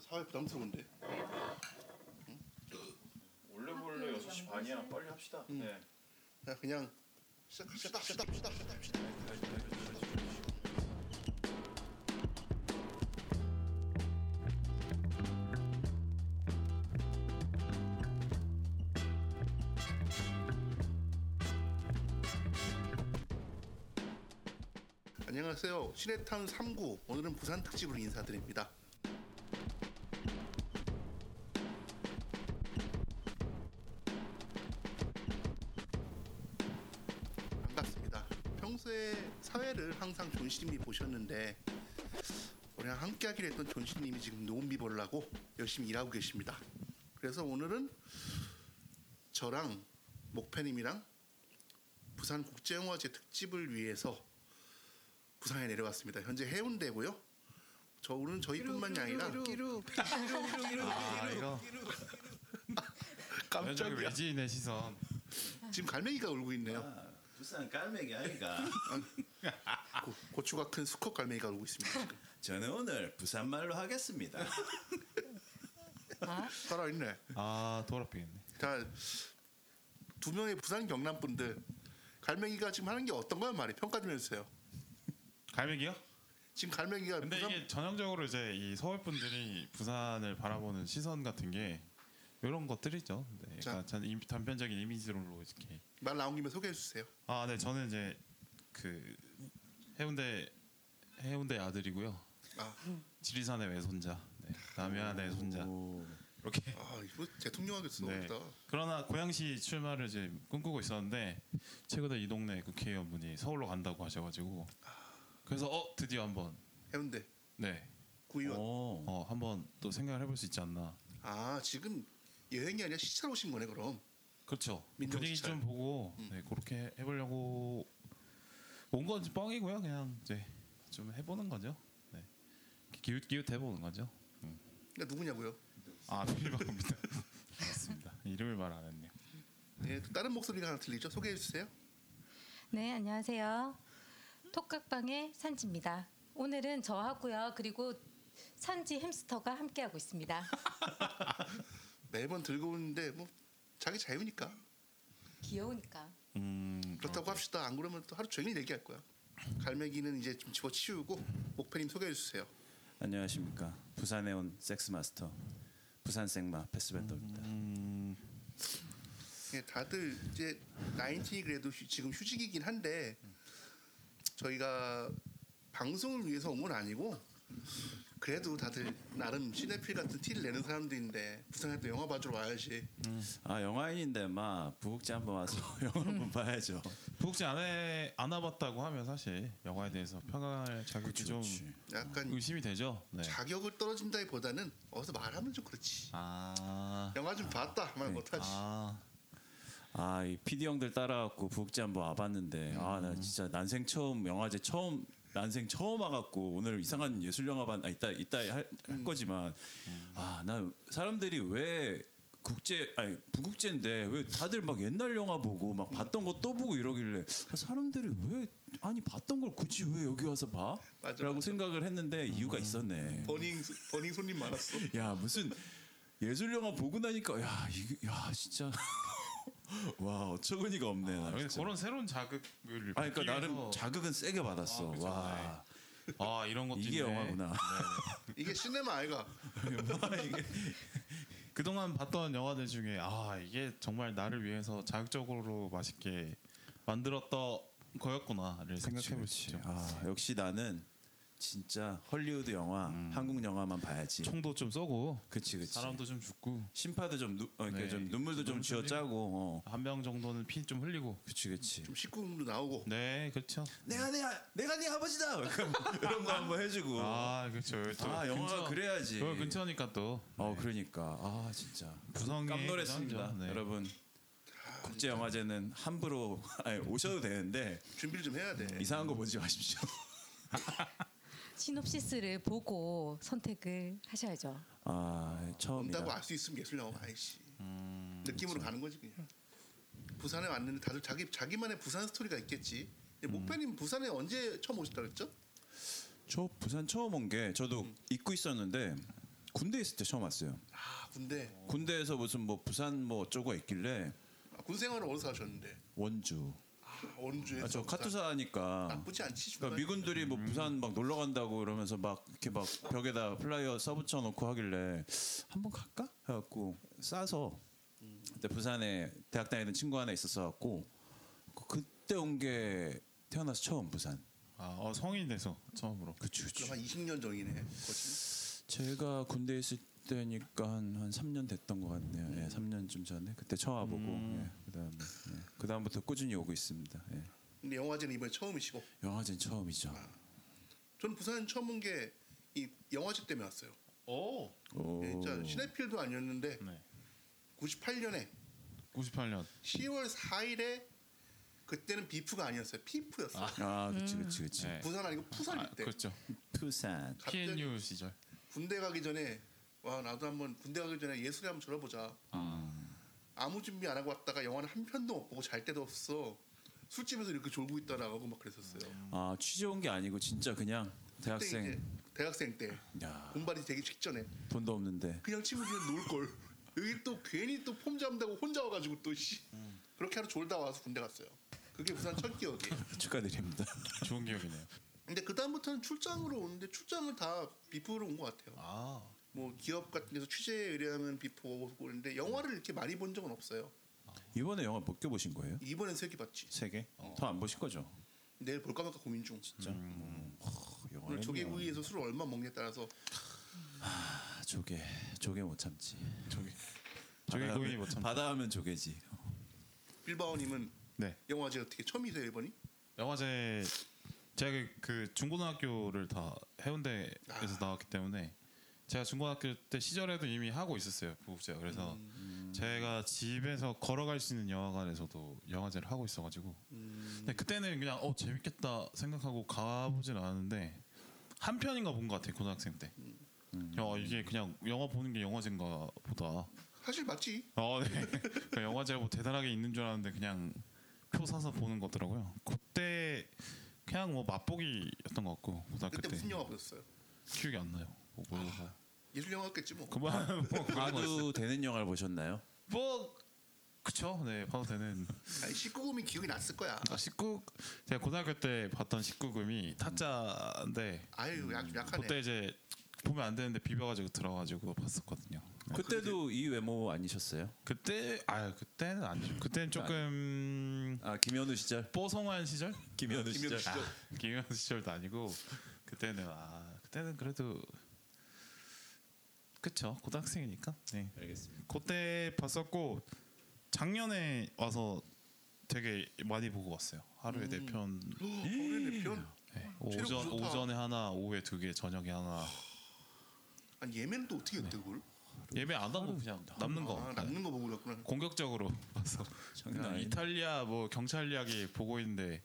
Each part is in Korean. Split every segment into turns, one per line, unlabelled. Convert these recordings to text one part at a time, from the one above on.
사회 부담스러운데.
원래 원래 6시 반이야. 빨리 합시다.
음.
네.
야, 그냥 시작 시작 시작 시작 시작 시작.
가야지, 가야지, 가야지.
안녕하세요. 시내타운 3구 오늘은 부산 특집으로 인사드립니다. 반갑습니다. 평소에 사회를 항상 존시님이 보셨는데 우리랑 함께하기로 했던 존시님이 지금 노은비벌라고 열심히 일하고 계십니다. 그래서 오늘은 저랑 목패님이랑 부산국제영화제 특집을 위해서 부산에 내려왔습니다. 현재 해운대고요. 저 오늘 저희뿐만이 아니라
아 이거 깜짝이야 외지인의 시선
지금 갈매기가 울고 있네요.
아, 부산 갈매기 아이가
고, 고추가 큰 수컷 갈매기가 울고 있습니다. 지금.
저는 오늘 부산 말로 하겠습니다.
살아있네.
아 돌아삐겠네
자, 두 명의 부산 경남 분들 갈매기가 지금 하는 게 어떤가요? 말이 평가 좀 해주세요.
갈매기요?
지금 갈매기가
근데
부산
이게 전형적으로 이제 이 서울 분들이 부산을 바라보는 시선 같은 게 이런 것들이죠. 네,
자.
그러니까 전 임- 단편적인 이미지로 이렇게
말 나온 김에 소개해 주세요.
아 네 저는 이제 그 해운대 해운대 아들이고요.
아,
지리산의 외손자, 네, 남해안의 손자 이렇게
아 이거 대통령하겠어.
네.
보다.
그러나 고양시 출마를 이제 꿈꾸고 있었는데 최근에 이 동네 국회의원분이 서울로 간다고 하셔가지고 그래서 어 드디어 한번
해운대
네,
구의원.
오.
어 한번 또 생각을 해볼 수 있지 않나.
아 지금 여행이 아니라 시찰 오신 거네 그럼.
그렇죠.
민정
분위기
시찰.
좀 보고 네, 그렇게 해보려고 온 건 뻥이고요. 그냥 이제 좀 해보는 거죠. 네, 기웃 기웃 해보는 거죠. 음.
그러니까 누구냐고요?
아 필방입니다. 맞습니다. 이름을 말 안 했네요.
네, 또 다른 목소리가 하나 들리죠. 소개해 주세요.
네, 안녕하세요. 톡각방의 산지입니다. 오늘은 저하고요. 그리고 산지 햄스터가 함께하고 있습니다.
매번 들고 오는데 뭐 자기 자유니까
귀여우니까.
음
그렇다고 합시다. 안 그러면 또 하루 종일 얘기할 거야. 갈매기는 이제 좀 집어치우고 목패님 소개해 주세요.
안녕하십니까. 부산에 온 섹스 마스터 부산 생마 패스벤더입니다.
예, 다들 이제 나인틴이 그래도 휴- 지금 휴직이긴 한데 저희가 방송을 위해서 온 건 아니고 그래도 다들 나름 시네필 같은 티를 내는 사람들인데 부산에 또 영화 봐주러 와야지.
아 영화인인데 막 부국지 한번 와서 영화 한번 봐야죠.
북지 안해 안 와봤다고 하면 사실 영화에 대해서 평가할 자격이
그렇죠,
좀
그치.
약간
의심이 되죠. 네.
자격을 떨어진다기보다는 어서 말하면 좀 그렇지.
아,
영화 좀 봤다 말 못하지.
아,
아이 PD 형들 따라갖고 부국지 한번 와봤는데 아 나 진짜 난생 처음 영화제 처음 난생 처음 와갖고 오늘 이상한 예술 영화반 아 이따 이따 할, 할 거지만 아 나 사람들이 왜 국제 아니 부국제인데 왜 다들 막 옛날 영화 보고 막 봤던 거 또 보고 이러길래 아, 사람들이 왜 아니 봤던 걸 굳이 왜 여기 와서 봐?
맞아,
라고 생각을 했는데 이유가 있었네.
버닝 버닝 손님 많았어.
야 무슨 예술 영화 보고 나니까 야 이게 야 진짜 와 어처구니가 없네. 나
아, 근데
진짜.
그런 새로운 자극을
아 그러니까
받기
나름
위해서-
자극은 세게 받았어.
아, 그죠.
와
아 이런 것도
이게
있네.
영화구나.
이게 시네마 아이가
그동안 봤던 영화들 중에 아 이게 정말 나를 위해서 자극적으로 맛있게 만들었던 거였구나를 생각해볼 수 있죠.
아 역시 나는 진짜 헐리우드 영화, 한국 영화만 봐야지.
총도 좀 쏘고
그치 네. 그치.
음. 사람도 좀 죽고
심파도 좀, 누, 어, 그러니까
네.
좀 눈물도 좀
눈물
쥐어 짜고. 어.
한 명 정도는 피 좀 흘리고.
그치 그치.
음.
좀 19금도 나오고
네 그렇죠.
내가 내 아- 내가 네 아버지다. 이런 거 한번 해주고.
아 그렇죠.
아, 영화가 그래야지.
여기 근처니까 또
어 그러니까 아 진짜
구성이
깜놀했습니다
대단하죠. 네.
여러분 국제 영화제는 함부로 아니, 오셔도 되는데
준비를 좀 해야 돼.
이상한 거 보지 마십시오.
시놉시스를 보고 선택을 하셔야죠.
아
본다고
처음이다.
알 수 있으면 예술 영화 아니지. 느낌으로 가는 거지 그냥. 부산에 왔는데 다들 자기 자기만의 부산 스토리가 있겠지. 근데 목표님 부산에 언제 처음 오셨다 그랬죠?
음. 저 부산 처음 온 게 저도 잊고 있었는데 군대 있을 때 처음 왔어요.
아 군대.
군대에서 무슨 뭐 부산 뭐 어쩌고 있길래
아, 군 생활을 어디서 하셨는데?
원주.
아 원주에서.
아, 저
부산.
카투사니까.
나쁘지 않지
그러니까
정말.
미군들이 뭐 부산 막 놀러 간다고 그러면서 막 이렇게 막 벽에다 플라이어 써붙여 놓고 하길래 한번 갈까? 해갖고 싸서 그때 부산에 대학 다니던 친구 하나 있었어 갖고 그때 온 게 태어나서 처음 부산.
아, 어, 성인이 돼서 처음으로.
그치 그치.
그럼 한 20년 전이네. 거친.
제가 군대 있을 때니까 한, 한 3년 됐던 것 같네요. 예,
음.
3년쯤 전에 그때 처음 와보고 예, 그다음 예, 그다음부터 꾸준히 오고 있습니다. 예.
근데 영화제는 이번에 처음이시고.
영화제는 처음이죠.
저는 부산 처음 온 게 이 영화제 때문에 왔어요.
오.
오.
예, 진짜 시내필도 아니었는데
네.
98년에
98년. 아,
10월 4일에 그때는 비프가 아니었어요. 피프였어요.
아 그치 그치 그치.
네.
부산 아니고
아,
부산일 때.
그렇죠.
부산.
갑자기
PNU 시절.
군대 가기 전에 와 나도 한번 군대 가기 전에 예술에 한번 졸아보자. 아무 준비 안 하고 왔다가 영화는 한 편도 못 보고 잘 때도 없어. 술집에서 이렇게 졸고 있다라고 막 그랬었어요.
아 취재 온 게 아니고 진짜 그냥
그때 이제
대학생.
대학생 때
야
네, 공발이 되기 직전에
돈도 없는데.
그냥 친구들이랑 놀 걸. 여기 또 괜히 또 폼 잡는다고 혼자 와가지고 또 씨. 그렇게 하루 졸다 와서 군대 갔어요. 그게 부산 첫 기억이에요.
축하드립니다.
좋은 기억이네요.
근데 그 다음부터는 출장으로 오는데 출장을 다 비프로 온 것 같아요.
아.
뭐 기업 같은 데서 취재에 의뢰하면 비프 오고 그러는데 영화를 이렇게 많이 본 적은 없어요.
이번에 영화 몇 개 보신 거예요?
이번엔 세개 봤지.
세 개? 더 안 보실 거죠?
내일 볼까 말까 고민 중.
진짜. 그 어, 영화
오늘 조개구이에서 술을 얼마 먹냐에 따라서
아, 조개 조개 못 참지.
저기. 저기
바다
고인이
하면-
못 참.
바다 하면 조개지.
빌바오님은
네.
영화제 어떻게 처음이세요 이번이?
영화제 제가 그- 그 중고등학교를 다
아.
해운대에서 나왔기 때문에 제가 중고등학교 때 시절에도 이미 하고 있었어요 부국제가 그래서
음,
제가 집에서 걸어갈 수 있는 영화관에서도 영화제를 하고 있어가지고
음.
근데 그때는 그냥 어 재밌겠다 생각하고 가보진 않았는데 한 편인가 본 것 같아요 고등학생 때.
음.
야 이게 그냥 영화 보는 게 영화제인가 보다.
사실 맞지.
어, 네. 그 영화제가 뭐 대단하게 있는 줄 알았는데 그냥 표 사서 보는 거더라고요. 그때 그냥 뭐 맛보기였던 것 같고 고등학교
그때
때
무슨 영화 보셨어요?
기억이 안 나요. 뭐 보여서
예술 영화였겠지 뭐.
그만 뭐 그런 거 있어요.
아두 되는 영화를 보셨나요?
뭐 그쵸? 네 봐도 되는
아니 19금이 기억이 났을 거야.
아, 19 제가 고등학교 때 봤던 19금이 타짜인데
아유 약 약하네.
그때 이제 보면 안 되는데 비벼가지고 들어가지고 봤었거든요. 네.
그때도 이 외모 아니셨어요?
그때 아 그때는 아니죠. 그때는 조금
아 김현우 시절.
뽀송한 시절?
김현우
김현우
시절.
시절.
아,
김현 시절도 아니고 그때는 아 그때는 그래도 그쵸 고등학생이니까 네
알겠습니다.
그때 봤었고 작년에 와서 되게 많이 보고 왔어요 하루에
음.
네편 네.
어린이 편. 체력
오전
좋다.
오전에 하나 오후에 두 개 저녁에 하나
아니 예매는 또 어떻게 했대 그걸?
예매 안 하고 그냥 남는 거
아,
네.
남는 거 보고 그랬구나.
공격적으로 봐서
장난
그냥
아니네.
이탈리아 뭐 경찰 이야기 보고 있는데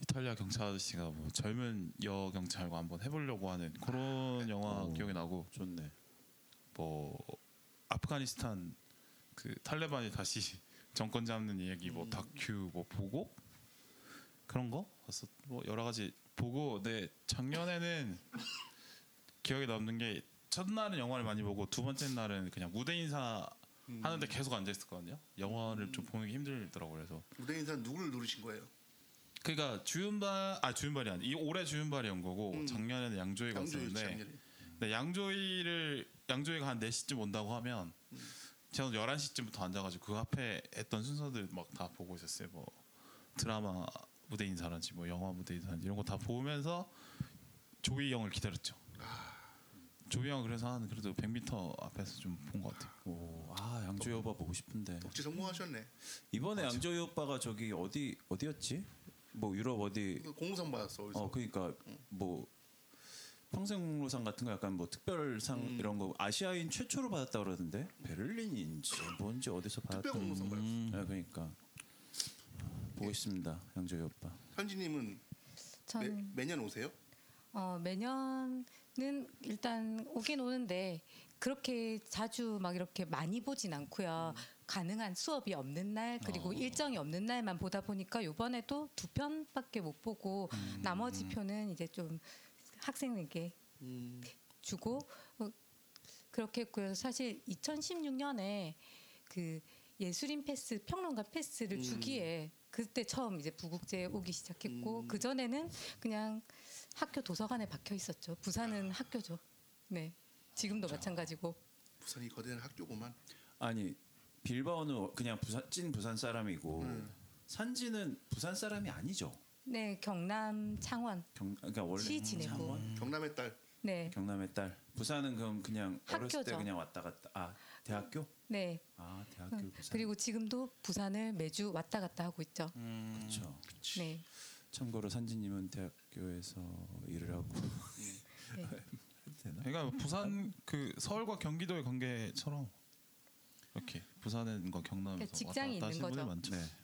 이탈리아 경찰 아저씨가 뭐 젊은 여 경찰과 한번 해보려고 하는 그런 영화
오.
기억이 나고
좋네.
뭐 아프가니스탄 그 탈레반이 다시 정권 잡는 이야기 뭐
음.
다큐 뭐 보고 그런 거 봤어 뭐 여러 가지 보고 네 작년에는 기억에 남는 게 첫날은 영화를 많이 보고 두 번째 날은 그냥 무대 인사
음.
하는데 계속 앉아 있었거든요. 영화를 좀 보는 게 힘들더라고요. 그래서
무대 인사 누구를 누르신 거예요?
그러니까 주윤발 아 주윤발이 아니 이 올해 주윤발이 온 거고
음.
작년에는 양조위가
양조위
왔었는데
작년에.
근데 양조위를 양조위가 한 4시쯤 온다고 하면
음.
저는 11시쯤부터 앉아 가지고 그 앞에 했던 순서들 막 다 보고 있었어요. 뭐 드라마 무대 인사라든지 뭐 영화 무대 인사라든지 이런 거 다 보면서 조이 형을 기다렸죠.
아.
조이 형 그래서 한 그래도 100m 앞에서 좀 본 것 같아요.
오, 아 양조희 오빠 보고 싶은데
덕지 성공하셨네.
이번에 양조희 오빠가 저기 어디 어디였지? 뭐 유럽 어디?
이거 공상 받았어. 어디서.
어 그러니까 뭐 평생공로상 같은 거 약간 뭐 특별상
음.
이런 거 아시아인 최초로 받았다 그러던데 베를린인지 뭔지 어디서 받았던
특별 공로상 받았어.
아, 그러니까 보고 싶습니다 양조희 오빠.
현지님은 매,
전
매년 오세요?
어, 매년은 일단 오긴 오는데 그렇게 자주 막 이렇게 많이 보진 않고요. 가능한 수업이 없는 날 그리고 일정이 없는 날만 보다 보니까 요번에도 두 편밖에 못 보고 나머지 표는 이제 좀 학생에게 주고 어, 그렇게 했고요. 사실 2016년에 그 예술인 패스 평론가 패스를
음.
주기에 그때 처음 이제 부국제에 오기 시작했고
음.
그 전에는 그냥 학교 도서관에 박혀 있었죠. 부산은
아.
학교죠. 네. 지금도 마찬가지고
부산이 거대한 학교구만.
아니 빌바오는 그냥 부산 찐 부산 사람이고
음.
산지는 부산 사람이 아니죠.
네 경남 창원
경, 그러니까 원래
시 지내고.
창원?
경남의 딸.
네
경남의 딸. 부산은 그럼 그냥 어렸을 때
학교죠.
그냥 왔다 갔다. 아 대학교?
네.
아 대학교
음,
부산.
그리고 지금도 부산을 매주 왔다 갔다 하고 있죠.
그렇죠.
네.
참고로 산지님은 대학교에서 일을 하고
네.
되나?
그러니까 부산 그 서울과 경기도의 관계처럼 이렇게 부산과 경남에서
그러니까 직장이
왔다 갔다
있는
하시는 분들
거죠.
많죠.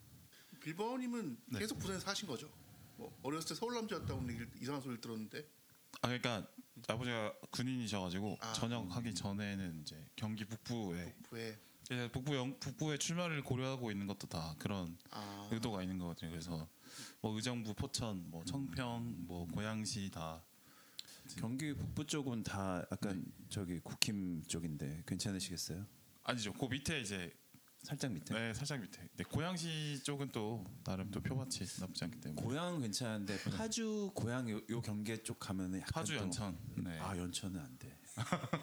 빌버님은
네.
계속 부산에 사신 거죠? 뭐 어렸을 때 서울 남자였다고 얘기 이상한 소리를 들었는데
아 그러니까 아버지가 군인이셔가지고
아.
전역하기 전에는 이제 경기 북부에
왜?
이제 북부 영, 북부의 출마를 고려하고 있는 것도 다 그런
아,
의도가 있는 거거든요. 그래서 뭐 의정부, 포천, 뭐 청평, 뭐 고양시 다
경기 북부 쪽은 다 약간 저기 국힘 쪽인데 괜찮으시겠어요?
아니죠. 그 밑에 이제
살짝 밑에.
네 살짝 밑에. 근데 고양시 쪽은 또 나름 또 표밭이 나쁘지 않기 때문에
고향 괜찮은데 파주 고향 요, 요 경계 쪽 가면은 약간
네. 파주
또-
연천. 네.
아 연천은 안 돼.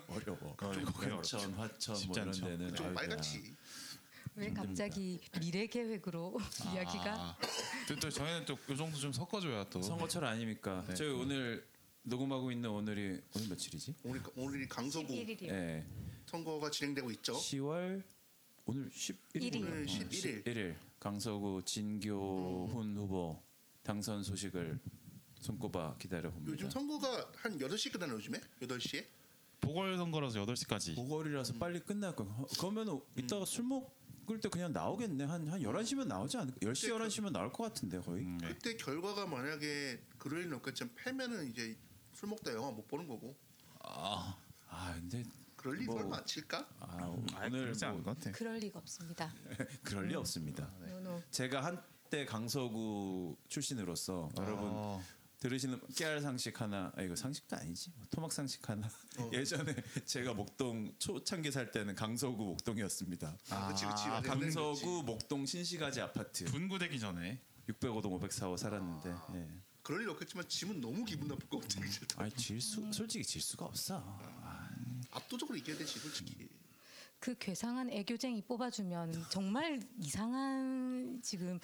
어려워.
거기 거기 어렵죠.
연천, 화천 뭐
쉽지
이런
않죠.
데는
좀
아유,
빨갛지.
왜 갑자기 미래 계획으로 이야기가
아, 또, 또 저희는 또 이 정도 좀 섞어줘야 또.
그냥 선거철 아닙니까?
네.
저희 오늘 녹음하고 있는 오늘이 오늘 며칠이지?
오늘 오늘이 강서구
11일이요.
예.
선거가 진행되고 있죠.
10월 오늘 11일.
일일.
오늘 11일.
1일 강서구 진교훈 후보 당선 소식을 손꼽아 기다려 봅니다.
요즘 선거가 한 8시 끝나는 요즘에? 8시에?
보궐선거라서 8시까지.
보궐이라서 빨리 끝날 거. 그러면 이따가 술 먹을 때 그냥 나오겠네. 한한 11시면 나오지 않을까? 10시 11시면 나올 것 같은데 거의.
음, 네.
그때 결과가 만약에 그럴 일은 없겠지만 패면은 이제 술 먹다 영화 못 보는 거고
아,
아, 근데
그럴 일
뭐.
설마 칠까?
아, 오늘
그렇지 않을
뭐
것 같아.
그럴 리가 없습니다.
그럴 리 없습니다.
노노.
제가 한때 강서구 출신으로서 여러분
아,
들으시는 깨알 상식 하나 아 이거 상식도 아니지 뭐 토막 상식 하나
어.
예전에 제가 목동 초창기 살 때는 강서구 목동이었습니다.
아, 그 그치 그치.
아,
옛날에 그치.
강서구 목동 신시가지 아파트
분구되기 전에
605동 504호 살았는데
아.
예.
그럴 일 없겠지만 짐은 너무 기분 나쁠 것 같아.
아니 질수 솔직히 질수가 없어 아,
압도적으로 이겨야 되지 솔직히.
그 괴상한 애교쟁이 뽑아주면 정말 이상한 지금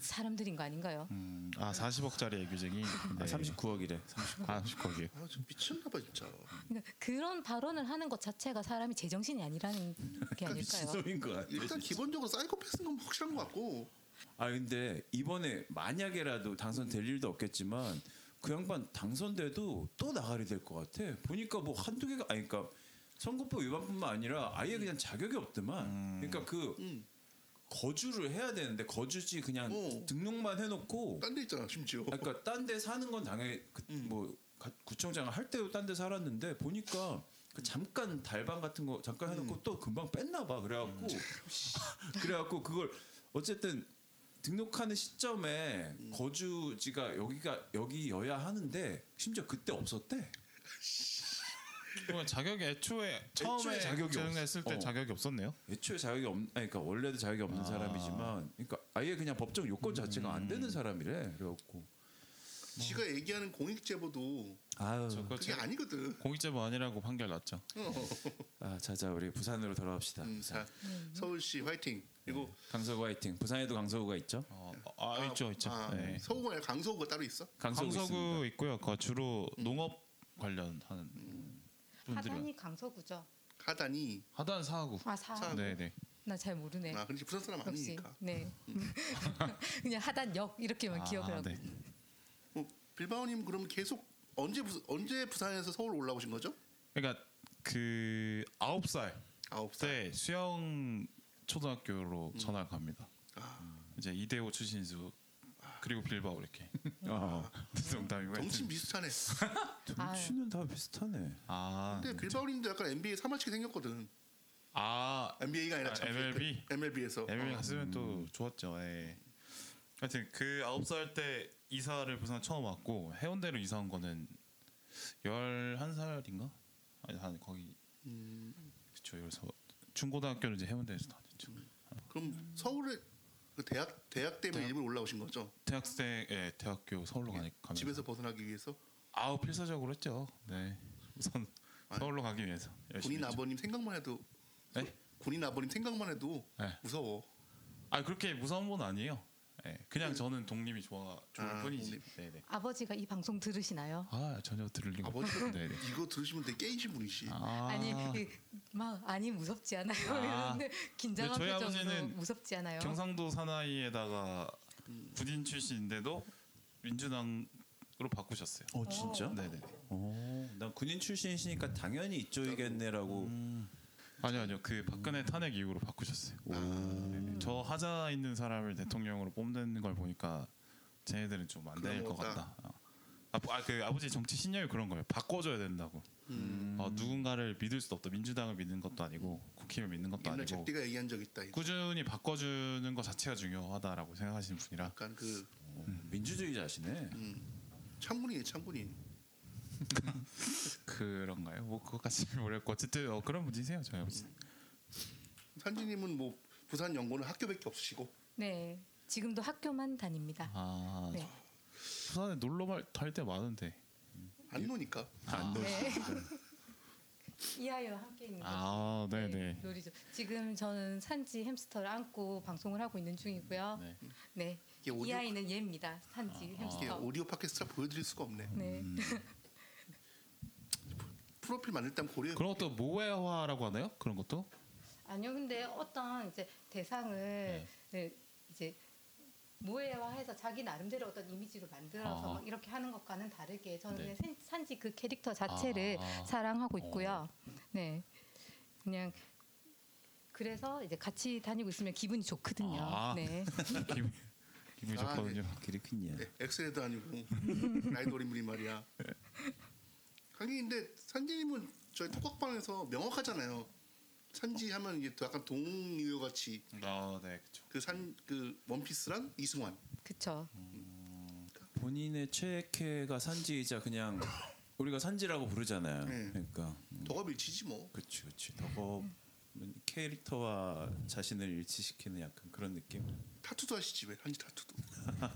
사람들인 거 아닌가요?
음, 아 40억짜리 애교쟁이. 네.
아,
네.
39억이래 39억.
아, 39억이요.
아, 좀 미쳤나 봐 진짜.
그러니까 그런 발언을 하는 것 자체가 사람이 제정신이 아니라는 게 아닐까요?
그러니까 미친놈인 거 같아
일단 기본적으로 사이코패스인 건 확실한 것 같고
아 근데 이번에 만약에라도 당선될 일도 없겠지만 그 양반 당선돼도 또 나가리 될 것 같아. 보니까 뭐 한두 개가 아니 그러니까 선거법 위반뿐만 아니라 아예 그냥 자격이 없더만. 그러니까 그
음.
거주를 해야 되는데 거주지 그냥
어.
등록만 해놓고
딴 데 있잖아 심지어.
아, 그러니까 딴 데 사는 건 당연히 그, 뭐 가- 구청장 할 때도 딴 데 살았는데 보니까 그 잠깐 달방 같은 거 잠깐 해놓고 또 금방 뺐나 봐 그래갖고 그래갖고 그걸 어쨌든 등록하는 시점에 거주지가 여기가 여기여야 하는데 심지어 그때 없었대
그러면 자격이 애초에 처음에
애초에 자격이
제정했을
없-
때
어.
자격이 없었네요.
애초에 자격이 없 아니, 그러니까 원래도 자격이 없는
아.
사람이지만 그러니까 아예 그냥 법적 요건 자체가 안 되는 사람이래 그래갖고
지가 얘기하는 공익 제보도
아유
저 그거
그게
제-
아니거든. 어,
공익제보 뭐 아니라고 판결 났죠.
아 자자 우리 부산으로 돌아갑시다
음,
부산.
자, 서울시 화이팅. 그리고
강서구 화이팅 부산에도 강서구가 있죠
어, 네. 아, 있죠, 있죠.
아,
네.
서구가 아니라 강서구가 따로 있어?
강서구, 있습니다.
강서구 있고요. 그 주로 농업 관련하는 분들이 많-
하단이 강서구죠.
하단이
하단 사하구.
아 사.
사하구.
네, 네.
나 잘 모르네.
아 근데 부산 사람
역시.
아니니까.
네. 그냥 하단역 이렇게만 아, 기억을 하고.
네.
어, 빌바오님 그럼 계속 언제 부, 언제 부산에서 서울 올라오신 거죠?
그러니까 그 아홉 살
아홉 살.
때 네, 수영 초등학교로 전학 갑니다.
음. 아,
이제 이대호 추신수 그리고 빌바오 이렇게 어,
아,
농담이고
정신
하여튼.
비슷하네.
아.
정치는 다 비슷하네.
아,
근데 빌바오님도 약간 NBA 사마치게 생겼거든.
아
NBA가 아니라
아,
참그
MLB?
MLB에서.
ML 갔으면
음.
또 좋았죠. 예. 하여튼 그 아홉 살 때 이사를 부산 처음 왔고 해운대로 이사 온 거는 열한 살인가? 아니 한 거기
음,
그렇죠. 그래서 중고등학교를 이제 해운대에서 다녔죠.
그럼 서울에 그 대학 대학 때문에
대학-
일부러 올라오신 거죠?
대학생, 예, 대학교 서울로 가니 가면
예, 집에서 벗어나기 위해서
아우 필사적으로 했죠. 네, 우선
아니,
서울로 가기 위해서 열심히
군인
했죠.
아버님 생각만 해도
네?
군인 아버님 생각만 해도
네.
무서워.
아 그렇게 무서운 건 아니에요. 예, 그냥 저는 독립이 좋아 좋을
네. 아,
뿐이지.
독립.
네네.
아버지가 이 방송 들으시나요?
아 전혀 들을 리가
아버지가-
네네.
이거 들으시면 되게 깨이신 분이시.
아,
아니 그, 막 아니 무섭지 않아요.
아.
이러는데 긴장한
저희
표정으로
아버지는
무섭지 않아요.
경상도 사나이에다가
음.
군인 출신인데도 민주당으로 바꾸셨어요.
어 진짜?
네네.
어, 난 군인 출신이시니까 당연히 이쪽이겠네라고.
아니요 아니요 그 박근혜 탄핵 이후로 바꾸셨어요.
아.
네네. 저 하자 있는 사람을 대통령으로 뽑는 걸 보니까 쟤네들은 좀 안 될
그런
것
거다.
같다. 어. 아, 아, 그 아버지 정치 신념이 그런 거예요. 바꿔줘야 된다고.
음.
어, 누군가를 믿을 수도 없다. 민주당을 믿는 것도 아니고 국힘을 믿는 것도
옛날
아니고 뭐
잭디가 얘기한 적 있다. 이거.
꾸준히 바꿔주는 것 자체가 중요하다라고 생각하시는 분이라
약간 그 음.
민주주의자시네.
창문이에요, 창문이.
그런가요? 뭐 그것까지는 모르겠고 어쨌든 어, 그런 분이세요 저희 아버지.
산지님은 뭐 부산 연고는 학교밖에 없으시고
네, 지금도 학교만 다닙니다.
아
네.
부산에 놀러 갈 때 많은데. 예.
안 노니까.
아.
안 놀.
네. 이하이와 함께 있는 거죠.
아 네네.
네, 요리죠. 지금 저는 산지 햄스터를 안고 방송을 하고 있는 중이고요.
네.
네.
이게 오디오-
이 어. 아이는 얘입니다. 산지
이게
햄스터.
오디오 음. 팟캐스트라 보여드릴 수가 없네.
음.
네.
프로필 만들 때 한번 고려해.
그런 것도 모해화라고 하나요? 그런 것도?
아니요. 근데 어떤 이제 대상을 네, 이제 모해화해서 자기 나름대로 어떤 이미지로 만들어서
아.
막 이렇게 하는 것과는 다르게 저는
네.
그냥 산- 산지 그 캐릭터 자체를
아.
사랑하고 있고요. 네. 그냥 그래서 이제 같이 다니고 있으면 기분이 좋거든요.
아.
네.
기분, 기분이
아,
좋거든요.
그렇군요.
네, 엑셀도 아니고 나이도 어린 분이 말이야. 하긴 근데 산지님은 저희 톡방에서 명확하잖아요. 산지 하면 이게 또 약간 동요 같이
아, 네, 그렇죠.
그 산 그 원피스랑 이승환.
그쵸
본인의 최애캐가 산지이자 그냥 우리가 산지라고 부르잖아요.
네.
그러니까
더가 밀치지 뭐.
그렇지 그렇지. 더 캐릭터와 자신을 일치시키는 약간 그런 느낌.
타투도 하시지 왜 산지 타투도.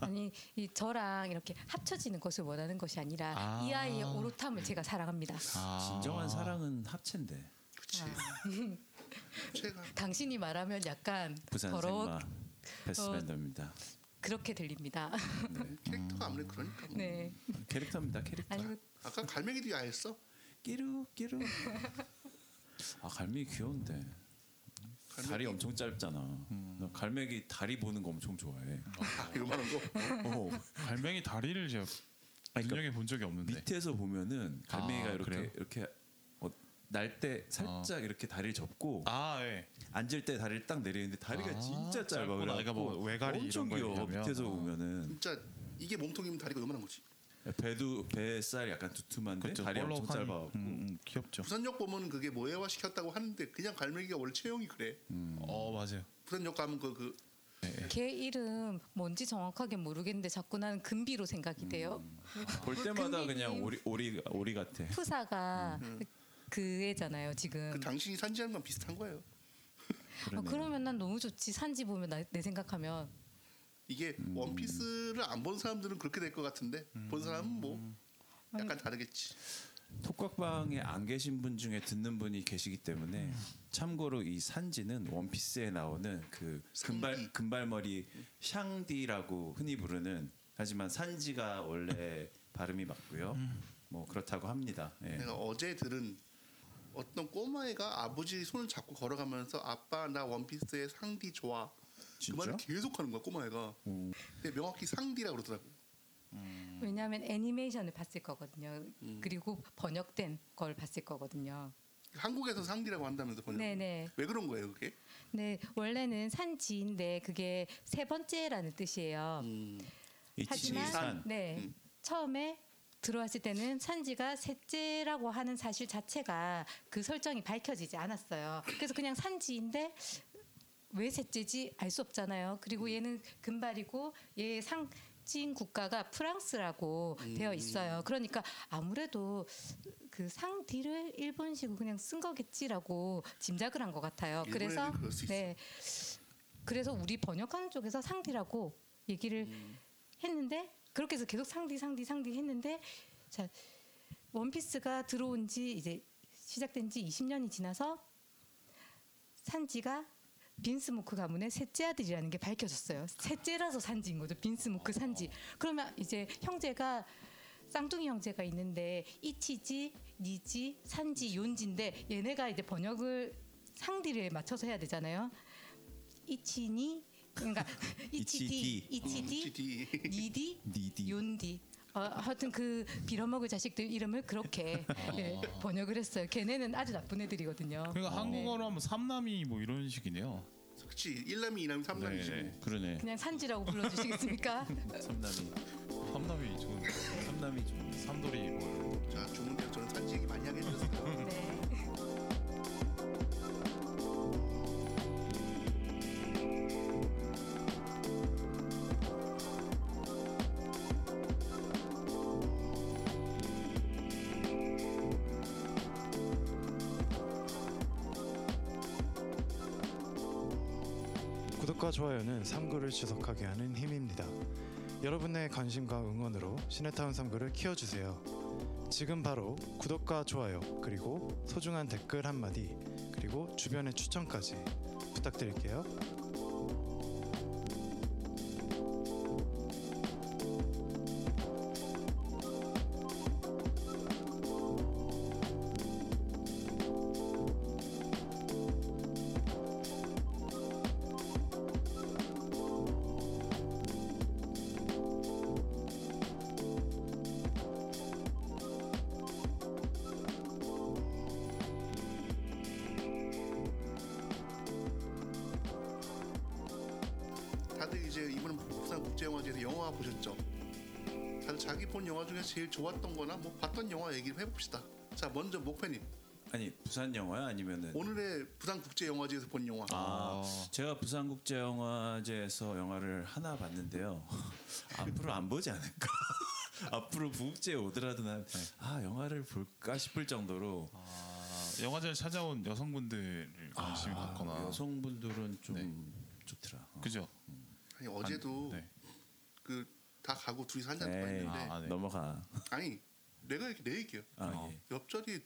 아니 이 저랑 이렇게 합쳐지는 것을 원하는 것이 아니라
아.
이 아이의 오롯함을 제가 사랑합니다.
진정한 사랑은 합체인데.
그치.
아.
제가
당신이 말하면 약간
부산
더러
생마 베스밴더입니다.
그렇게 들립니다.
네, 캐릭터가 아무래도 그러니까. 뭐.
네.
캐릭터입니다. 캐릭터.
아니
아까 갈매기도 야했어.
끼루 끼루. 아 갈매기 귀여운데. 다리 엄청 짧잖아.
음.
나 갈매기 다리 보는 거 엄청 좋아해.
아, 요만한 거.
어.
갈매기 다리를 제가
아니, 그러니까
눈여겨 본 적이 없는데.
밑에서 보면은 갈매기가
아,
이렇게
그래요? 어.
이렇게 어, 날때 살짝 이렇게 다리를 접고
아, 예.
앉을 때 다리를 딱 내리는데 다리가
아,
진짜 짧아. 그래갖고
짧구나. 그러니까 뭐 외가리
엄청
이런 거
귀여워.
얘기하면.
밑에서
아.
보면은
진짜 이게 몸통이면 다리가 요만한 거지.
배도 배살 약간 두툼한데 네, 다리 엄청
볼록한-
짧아.
음, 음, 귀엽죠.
부산역 보면 그게 모해화 시켰다고 하는데 그냥 갈매기가 원래 체형이 그래.
어, 맞아요.
부산역 가면 그그
걔 이름 뭔지 정확하게 모르겠는데 자꾸 나는 금비로 생각이 돼요.
음.
볼 때마다
근데
그냥
이-
오리 오리 오리 같아.
푸사가 그 애잖아요 지금.
음. 그 당신이 산지하는 건 비슷한 거예요.
어, 그러면 난 너무 좋지. 산지 보면 나- 내 생각하면
이게
음.
원피스를 안 본 사람들은 그렇게 될 것 같은데 본 사람은
음.
뭐 약간 다르겠지.
톡각방에 안 계신 분 중에 듣는 분이 계시기 때문에 참고로 이 산지는 원피스에 나오는 그 금발
산디.
금발머리 샹디라고 흔히 부르는 하지만 산지가 원래 발음이 맞고요. 뭐 그렇다고 합니다. 예.
내가 어제 들은 어떤 꼬마애가 아버지 손을 잡고 걸어가면서 아빠 나 원피스의 상디 좋아. 그
진짜?
말을 계속 하는 거야 꼬마애가. 근데 명확히 상디라 그러더라고. 음.
왜냐하면 애니메이션을 봤을 거거든요. 그리고 번역된 걸 봤을 거거든요.
한국에서 상디라고 한다면서 번역.
네네.
왜 그런 거예요 그게?
네, 원래는 산지인데 그게 세 번째라는 뜻이에요.
음,
하지만
E 이치산
네
음.
처음에 들어왔을 때는 산지가 셋째라고 하는 사실 자체가 그 설정이 밝혀지지 않았어요. 그래서 그냥 산지인데 왜 셋째지 알 수 없잖아요. 그리고
음.
얘는 금발이고 얘
음.
상징 국가가 프랑스라고 되어 있어요. 그러니까 아무래도 그 그 상디를 일본식으로 그냥 쓴 거겠지라고 짐작을 한 것 같아요.
일본
그래서
애들 그럴 수 있어.
네, 그래서 우리 번역하는 쪽에서 상디라고
음.
얘기를 했는데 그렇게 해서 계속 상디 상디 상디 했는데 자 원피스가 들어온 지 이제 시작된 지 20년이 지나서 산지가 빈스모크 가문의 셋째 아들이라는 게 밝혀졌어요. 셋째라서 산지인 거죠. 빈스모크 산지. 그러면 이제 형제가 쌍둥이 형제가 있는데 이치지, 니지, 산지, 욘지인데 얘네가 이제 번역을 상디를 맞춰서 해야 되잖아요. 이치니 그러니까 이치디, 어, 이치디,
GD.
니디,
니디.
욘디. 어, 하여튼 그 빌어먹을 자식들 이름을 그렇게 예, 번역을 했어요. 걔네는 아주 나쁜 애들이거든요.
아.
네.
그러니까 한국어로 하면 삼남이 뭐 이런 식이네요.
그치 일남이 이남이 삼남이지 뭐.
그러네.
그냥 산지라고 불러주시겠습니까?
삼남이
삼남이 좋은
삼남이 좀
삼돌이 뭐
자 좋은데요 저는 산지 얘기 많이 하게 해주셨어요
네.
구독과 좋아요는 삼구를 지속하게 하는 힘입니다. 여러분의 관심과 응원으로 시네타운 삼구를 키워주세요. 지금 바로 구독과 좋아요 그리고 소중한 댓글 한마디 그리고 주변의 추천까지 부탁드릴게요.
다들 이제 이번 부산 국제영화제에서 영화 보셨죠? 다들 자기 본 영화 중에 제일 좋았던 거나 뭐 봤던 영화 얘기를 해봅시다 자 먼저 목팬님
네.
아니 부산 영화야 아니면은
오늘의 부산 국제영화제에서 본 영화
아, 제가 부산국제영화제에서 영화를 하나 봤는데요. 앞으로 안 보지 않을까. 앞으로 부국제에 오더라도 난 아 영화를 볼까 싶을 정도로
네. 아, 영화제를 찾아온 여성분들을 관심이 갔거나
아,
네.
여성분들은 좀 좋더라. 어.
그죠?
아니 어제도
네.
그 다 가고 둘이서 한잔
에이,
했는데
아, 네.
넘어가.
아니 내가 이렇게 내 얘기야
아,
어.
예.
옆자리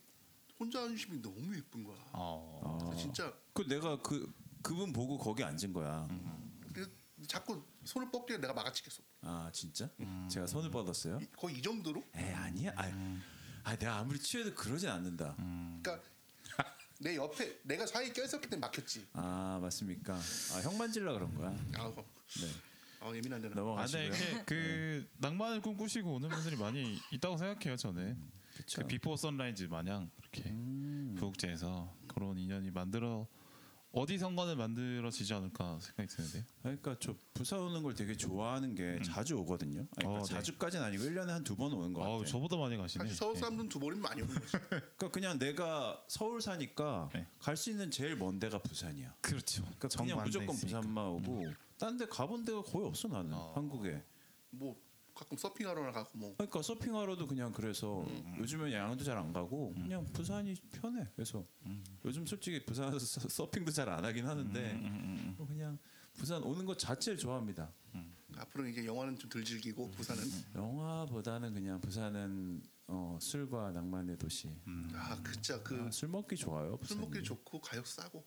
혼자 앉으심이 너무 예쁜 거야
어.
어.
진짜
그 내가 그 그분 보고 거기 앉은 거야.
음.
그 자꾸 손을 뻗길래 내가 막아치겠어
아 진짜?
음.
제가 손을 뻗었어요?
이- 거의 이 정도로?
에 아니야. 아, 아 내가 아무리 취해도 그러진 않는다.
음.
그러니까 내 옆에 내가 사이에 껴있었기 때문에 막혔지
아 맞습니까? 아, 형 만질라 그런 거야.
네.
아, 아 예민한데 나
음. 아, 근데
넘어가시고요. 네.
이게 그 낭만을 꿈꾸시고 오는 분들이 많이 있다고 생각해요 저는.
그쵸.
그 비포 선라이즈 마냥 그렇게
음.
부국제에서 그런 인연이 만들어 어디선가는 만들어지지 않을까 생각이 드는데요.
그러니까 저 부산 오는 걸 되게 좋아하는 게 자주 오거든요. 아니, 그러니까
음. 어, 네.
자주까지는 아니고 1년에 한 두 번 오는 것 같아요.
아, 저보다 많이 가시네.
사실 서울 사람들은 두 번이면 많이 오는 거지
그러니까 그냥 내가 서울 사니까
네.
갈 수 있는 제일 먼 데가 부산이야.
그렇죠.
그러니까 그냥 무조건 부산만 오고
음.
딴 데 가본 데가 거의 없어 나는
어.
한국에.
뭐 가끔 서핑하러 가고 뭐
그러니까 서핑하러도 그냥 그래서
음,
요즘은 양양도 잘 안 가고 그냥 부산이 편해. 그래서
음.
요즘 솔직히 부산에서 서- 서핑도 잘 안 하긴 하는데
음,
뭐 그냥 부산 오는 것 자체를 좋아합니다.
앞으로 이제 영화는 좀 덜 즐기고 부산은
음, 영화보다는 그냥 부산은 어, 술과 낭만의 도시.
아 진짜
아,
그술
술 먹기 좋아요. 부산이.
먹기 좋고 가격 싸고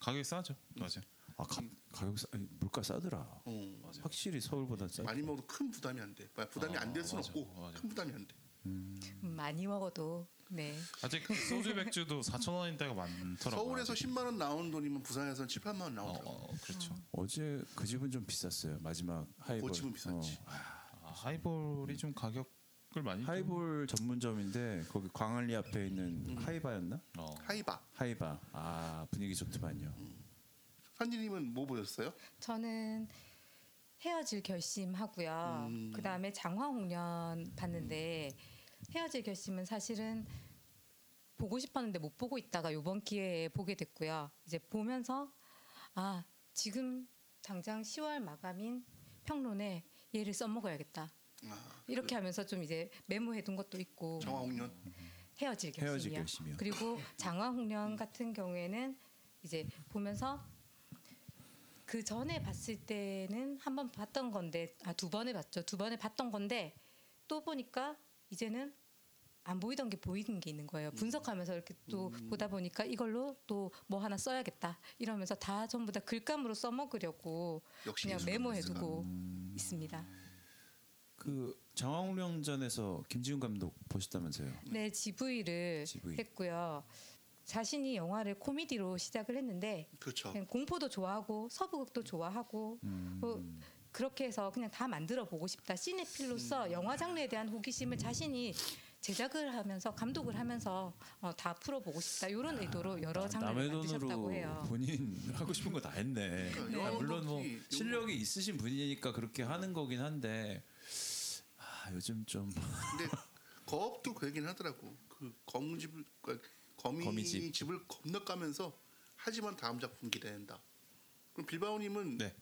가격이 싸죠. 맞아요.
아 가, 가격 싸, 아니, 물가 싸더라.
어,
확실히 서울보다 싸.
많이 먹어도 큰 부담이 안돼 부담이
아,
안 될 수는
맞아,
없고
맞아.
큰 부담이 안돼
많이 먹어도 네.
아직 소주 맥주도 4천 원인 데가 많더라고요.
서울에서 10만 원 나온 돈이면 부산에서는 7, 8만 원
어,
나오더라고
어, 그렇죠.
어제 그 집은 좀 비쌌어요. 마지막 하이볼.
그 집은 비쌌지.
어,
아, 하이볼이 좀 가격을 많이 좀-
하이볼 전문점인데 거기 광안리 앞에 있는
음.
하이바였나?
어.
하이바
하이바. 아 분위기 좋더만요.
한지님은 뭐 보셨어요?
저는 헤어질 결심하고요.
음.
그 다음에 장화홍련 봤는데 헤어질 결심은 사실은 보고 싶었는데 못 보고 있다가 이번 기회에 보게 됐고요. 이제 보면서 아 지금 당장 10월 마감인 평론에 얘를 써먹어야겠다.
아,
이렇게 하면서 좀 이제 메모해둔 것도 있고
정화홍련
헤어질 결심이요.
헤어질 결심이요.
그리고 장화홍련 같은 경우에는 이제 보면서 그 전에 봤을 때는 한 번 봤던 건데 아 두 번에 봤죠. 두 번에 봤던 건데 또 보니까 이제는 안 보이던 게 보이는 게 있는 거예요. 분석하면서 이렇게 또 보다 보니까 이걸로 또 뭐 하나 써야겠다 이러면서 다 전부 다 글감으로 써먹으려고
역시
그냥
예술은
메모해두고 있습니다.
그 장화홍련전에서 김지훈 감독 보셨다면서요?
네, GV를
GV.
했고요. 자신이 영화를 코미디로 시작을 했는데
그렇죠.
그냥 공포도 좋아하고 서부극도 좋아하고
음.
뭐 그렇게 해서 그냥 다 만들어 보고 싶다. 시네필로서
음.
영화 장르에 대한 호기심을 자신이 제작을 하면서 감독을 하면서 어, 다 풀어보고 싶다. 이런 의도로 여러 어, 장르를
아, 남의
만드셨다고
돈으로
해요.
본인 하고 싶은 거 다 했네.
그러니까요.
아, 물론 뭐
영업이 요거-
실력이 있으신 분이니까 그렇게 하는 거긴 한데 아, 요즘 좀
근데 거업도 그 얘기는 하더라고. 그 검집을 그러니까 거미,
거미집.
집을 겁나 까면서 하지만 다음 작품 기대된다. 그럼 빌바오님은
네.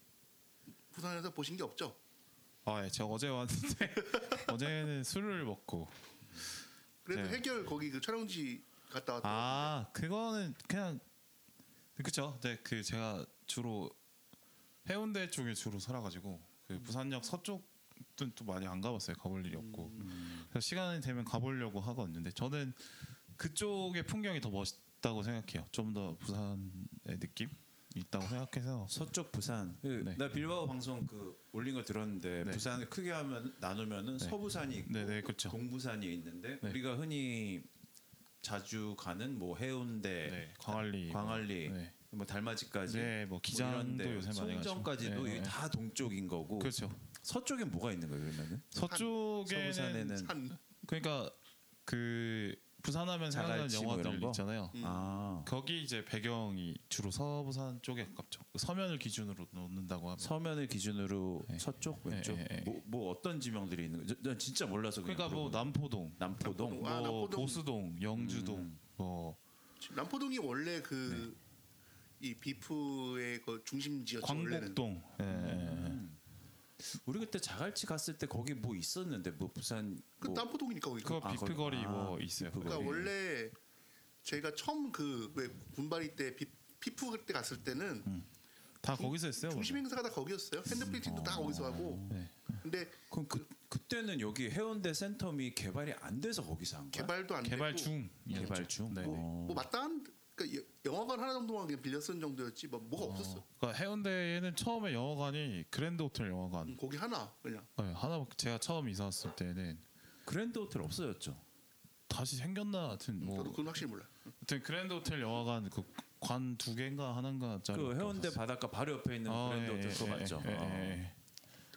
부산에서 보신 게 없죠?
아, 예, 제가 어제 왔는데 어제는 술을 먹고
그래도
네.
해결 거기 그 촬영지 갔다 왔다.
아 그거는 그냥 그쵸 네, 그 제가 주로 해운대 쪽에 주로 살아가지고
음.
그 부산역 서쪽은 또 많이 안 가봤어요 가볼 일이 없고
음.
그래서 시간이 되면 가보려고 하거든요 저는 그쪽의 풍경이 더 멋있다고 생각해요 좀 더 부산의 느낌 이 있다고 생각해서
아, 서쪽 부산. 그,
네.
나 빌바오 방송 그 올린 거 들었는데
네.
부산을 크게 하면 나누면은
네.
서부산이 있고
네, 네, 그쵸.
동부산이 있는데
네.
우리가 흔히 자주 가는 뭐 해운대,
네, 광안리
광안리,
네,
뭐 달맞이까지,
네, 뭐 기장도
이런데,
요새 많이 가죠.
송정까지도
네,
이게
네.
다 동쪽인 거고
그렇죠
서쪽엔 뭐가 있는 거예요 그러면은?
서쪽에는
서부산에는
산
그러니까 그 부산하면 생각나는
자갈치 뭐 이런
영화들
거?
있잖아요.
음.
아
거기 이제 배경이 주로 서부산 쪽에 가깝죠. 그 서면을 기준으로 놓는다고 하면.
서면을 기준으로
네.
서쪽
네,
왼쪽
네, 네.
뭐, 뭐 어떤 지명들이 있는 거죠? 난 진짜 몰라서 그냥
그러니까 뭐
물어보는
남포동,
거예요. 남포동,
아,
뭐
남포동.
보수동, 영주동,
음.
뭐
지금 남포동이 원래 그 이 비프의 그 중심지였죠. 원래는.
광복동. 예, 예,
음.
예.
우리 그때 자갈치 갔을 때 거기 뭐 있었는데 뭐 부산
그
뭐
남포동이니까 거기.
그거
아, 거기-
비프거리 뭐
아,
있어요.
비프거리.
그러니까
거기.
원래 저희가 처음 그 왜 군발이 때 비, 피프 그때 갔을 때는
다 거기서 했어요.
중심
원래.
행사가 다 거기였어요. 핸드필팅도 다 거기서 하고.
네.
근데
그럼 그 그때는 여기 해운대 센텀이 개발이 안 돼서 거기서 한 거야?
개발도 안 되고
개발 중.
개발 중.
네. 네.
어.
뭐 마땅한 그러니까 여- 영화관 하나 정도만 그냥 빌려 쓴 정도였지 뭐 뭐가 없었어.
그러니까 해운대에는 처음에 영화관이 그랜드 호텔 영화관
음, 거기 하나 그냥.
네, 하나 제가 처음 이사 왔을 때는
그랜드 호텔 없어졌죠.
다시 생겼나 하여튼 뭐
저도 그건 확실히 몰라. 요
아무튼 그랜드 호텔 영화관 그 관 두 개인가 하나인가짜리 아,
그 해운대 바닷가 바로 옆에 있는
예,
그랜드 호텔 그거 맞죠? 어.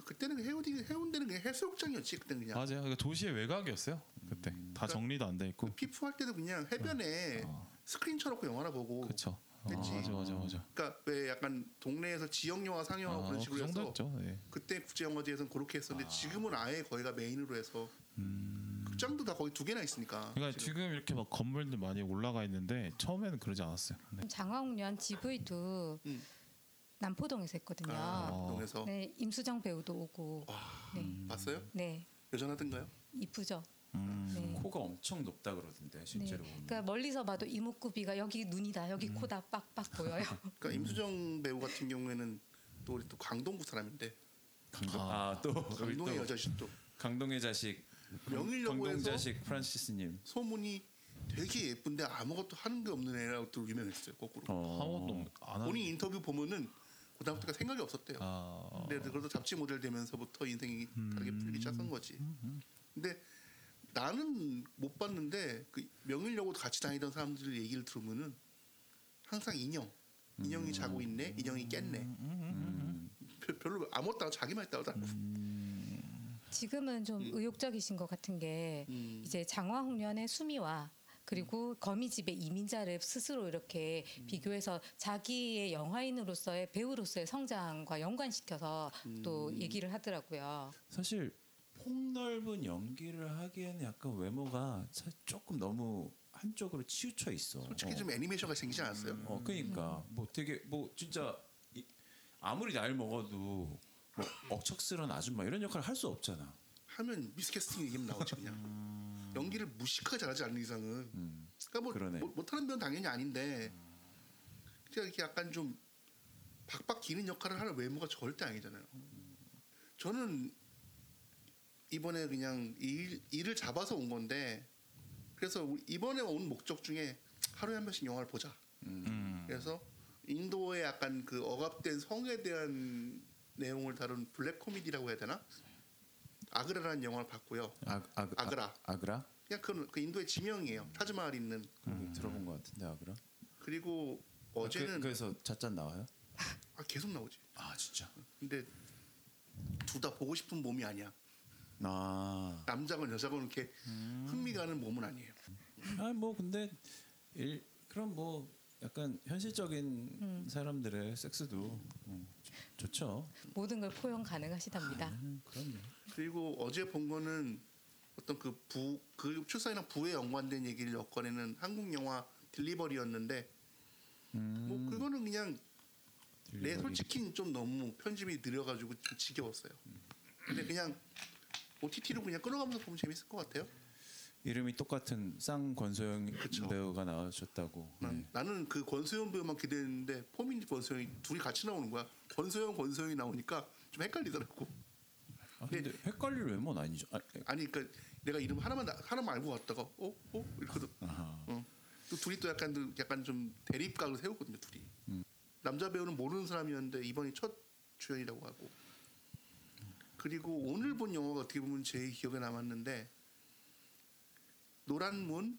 그때는 해운대 해운대는 그냥 해수욕장이었지 그때는 그냥.
맞아요. 그러니까 도시의 외곽이었어요. 그때 다 정리도 안 돼 있고.
피프 할 때도 그냥 해변에 스크린 쳐놓고 영화나 보고.
어. 그쵸
그치.
맞아 맞아 맞아.
그러니까 왜 약간 동네에서 지역 영화 상영하고 그런
그
식으로 해서
정도였죠. 예.
그때 국제영화제에서는 그렇게 했었는데 지금은 아예 거기가 메인으로 해서 극장도 다 거기 두 개나 있으니까.
음. 그러니까 지금 이렇게 막 건물들 많이 올라가 있는데 처음에는 그러지 않았어요. 네.
장화홍련 GV도
음.
남포동에서 했거든요.
아, 동에서
네, 임수정 배우도 오고. 네,
음.
봤어요?
네,
여전하던가요?
이쁘죠.
음.
네.
코가 엄청 높다
네,
그러던데 실제로. 음. 보면.
그러니까 멀리서 봐도 이목구비가 여기 눈이다, 여기 코다 빡빡 보여요.
그러니까 임수정 배우 같은 경우에는 또 우리 또 강동구 사람인데
강동 아또
강동의 여자시 또
강동의 자식 강동
명일여고에서
자식 프란시스님.
소문이 되게 예쁜데 아무것도 하는 게 없는 애라고 또 유명했어요 거꾸로.
아무것도 안 하는.
본인 인터뷰 보면은 고등학교 때가 생각이 없었대요.
아,
근데 그래도 잡지 모델 되면서부터 인생이 다르게 풀리기 시작한 거지. 근데 나는 못 봤는데 그 명일여고 같이 다니던 사람들 얘기를 들으면은 항상 인형, 인형이 자고 있네, 인형이 깼네.
음.
별- 별로 아무것도 안 하고 자기만 했다고 하더라고.
지금은 좀 의욕적이신 것 같은 게
음.
이제 장화홍련의 수미와 그리고 거미집의 이민자를 스스로 이렇게 비교해서 자기의 영화인으로서의 배우로서의 성장과 연관시켜서 또 얘기를 하더라고요.
사실 폭넓은 연기를 하기에는 약간 외모가 사- 조금 너무 한쪽으로 치우쳐 있어.
솔직히
어.
좀 음. 애니메이션가 생기지 않았어요?
어, 그러니까 뭐 되게 뭐 진짜 이- 아무리 나이 먹어도 뭐 억척스런 아줌마 이런 역할을 할 수 없잖아.
하면 미스캐스팅 얘기면 나오지 그냥. 연기를 무식하게 잘하지 않는 이상은
음.
그러니까 뭐,
그러네.
뭐- 못하는 건 당연히 아닌데 그냥 이렇게 약간 좀 박박 기는 역할을 하는 외모가 절대 아니잖아요. 저는 이번에 그냥 일, 일을 잡아서 온 건데 그래서 우리 이번에 온 목적 중에 하루에 한 번씩 영화를 보자.
음.
그래서 인도의 약간 그 억압된 성에 대한 내용을 다룬 블랙 코미디라고 해야 되나? 아그라라는 영화를 봤고요.
아, 아,
아그라.
아, 그라
그냥 그, 그 인도의 지명이에요. 타즈마할 있는.
음.
들어본 것 같은데 아그라.
그리고
아,
어제는
그, 그래서 잣짠 나와요?
아, 계속 나오지.
아 진짜.
근데 둘 다 보고 싶은 몸이 아니야.
아,
남자건 여자건 이렇게 흥미가는 몸은 아니에요.
아 뭐 근데 일 그럼 뭐 약간 현실적인
음.
사람들의 섹스도 음, 좋- 좋죠.
모든 걸 포용 가능하시답니다.
아,
음, 그럼요.
그리고 어제 본 거는 어떤 그 부 그 출산이랑 부에 연관된 얘기를 엮어내는 한국 영화 딜리버리였는데 뭐 그거는 그냥 내 솔직히 좀 너무 편집이 느려가지고 좀 지겨웠어요. 근데 그냥 OTT로 그냥 끊어가면서 보면 재밌을 것 같아요.
이름이 똑같은 쌍 권소영
그쵸.
배우가 나와줬다고. 네.
난, 나는 그 권소영 배우만 기대했는데 포민지 권소영이 둘이 같이 나오는 거야. 권소영 권소영이 나오니까 좀 헷갈리더라고.
아,
네.
근데 헷갈릴 외모는 아니죠. 아,
아니 그러니까 내가 이름 하나만 나- 하나만 알고 왔다가 어어 이렇게도 어. 또 둘이 또 약간 또 약간 좀 대립각을 세우거든요 둘이.
음.
남자 배우는 모르는 사람이었는데 이번이 첫 주연이라고 하고. 그리고 오늘 본 영화가 어떻게 보면 제일 기억에 남았는데 노란 문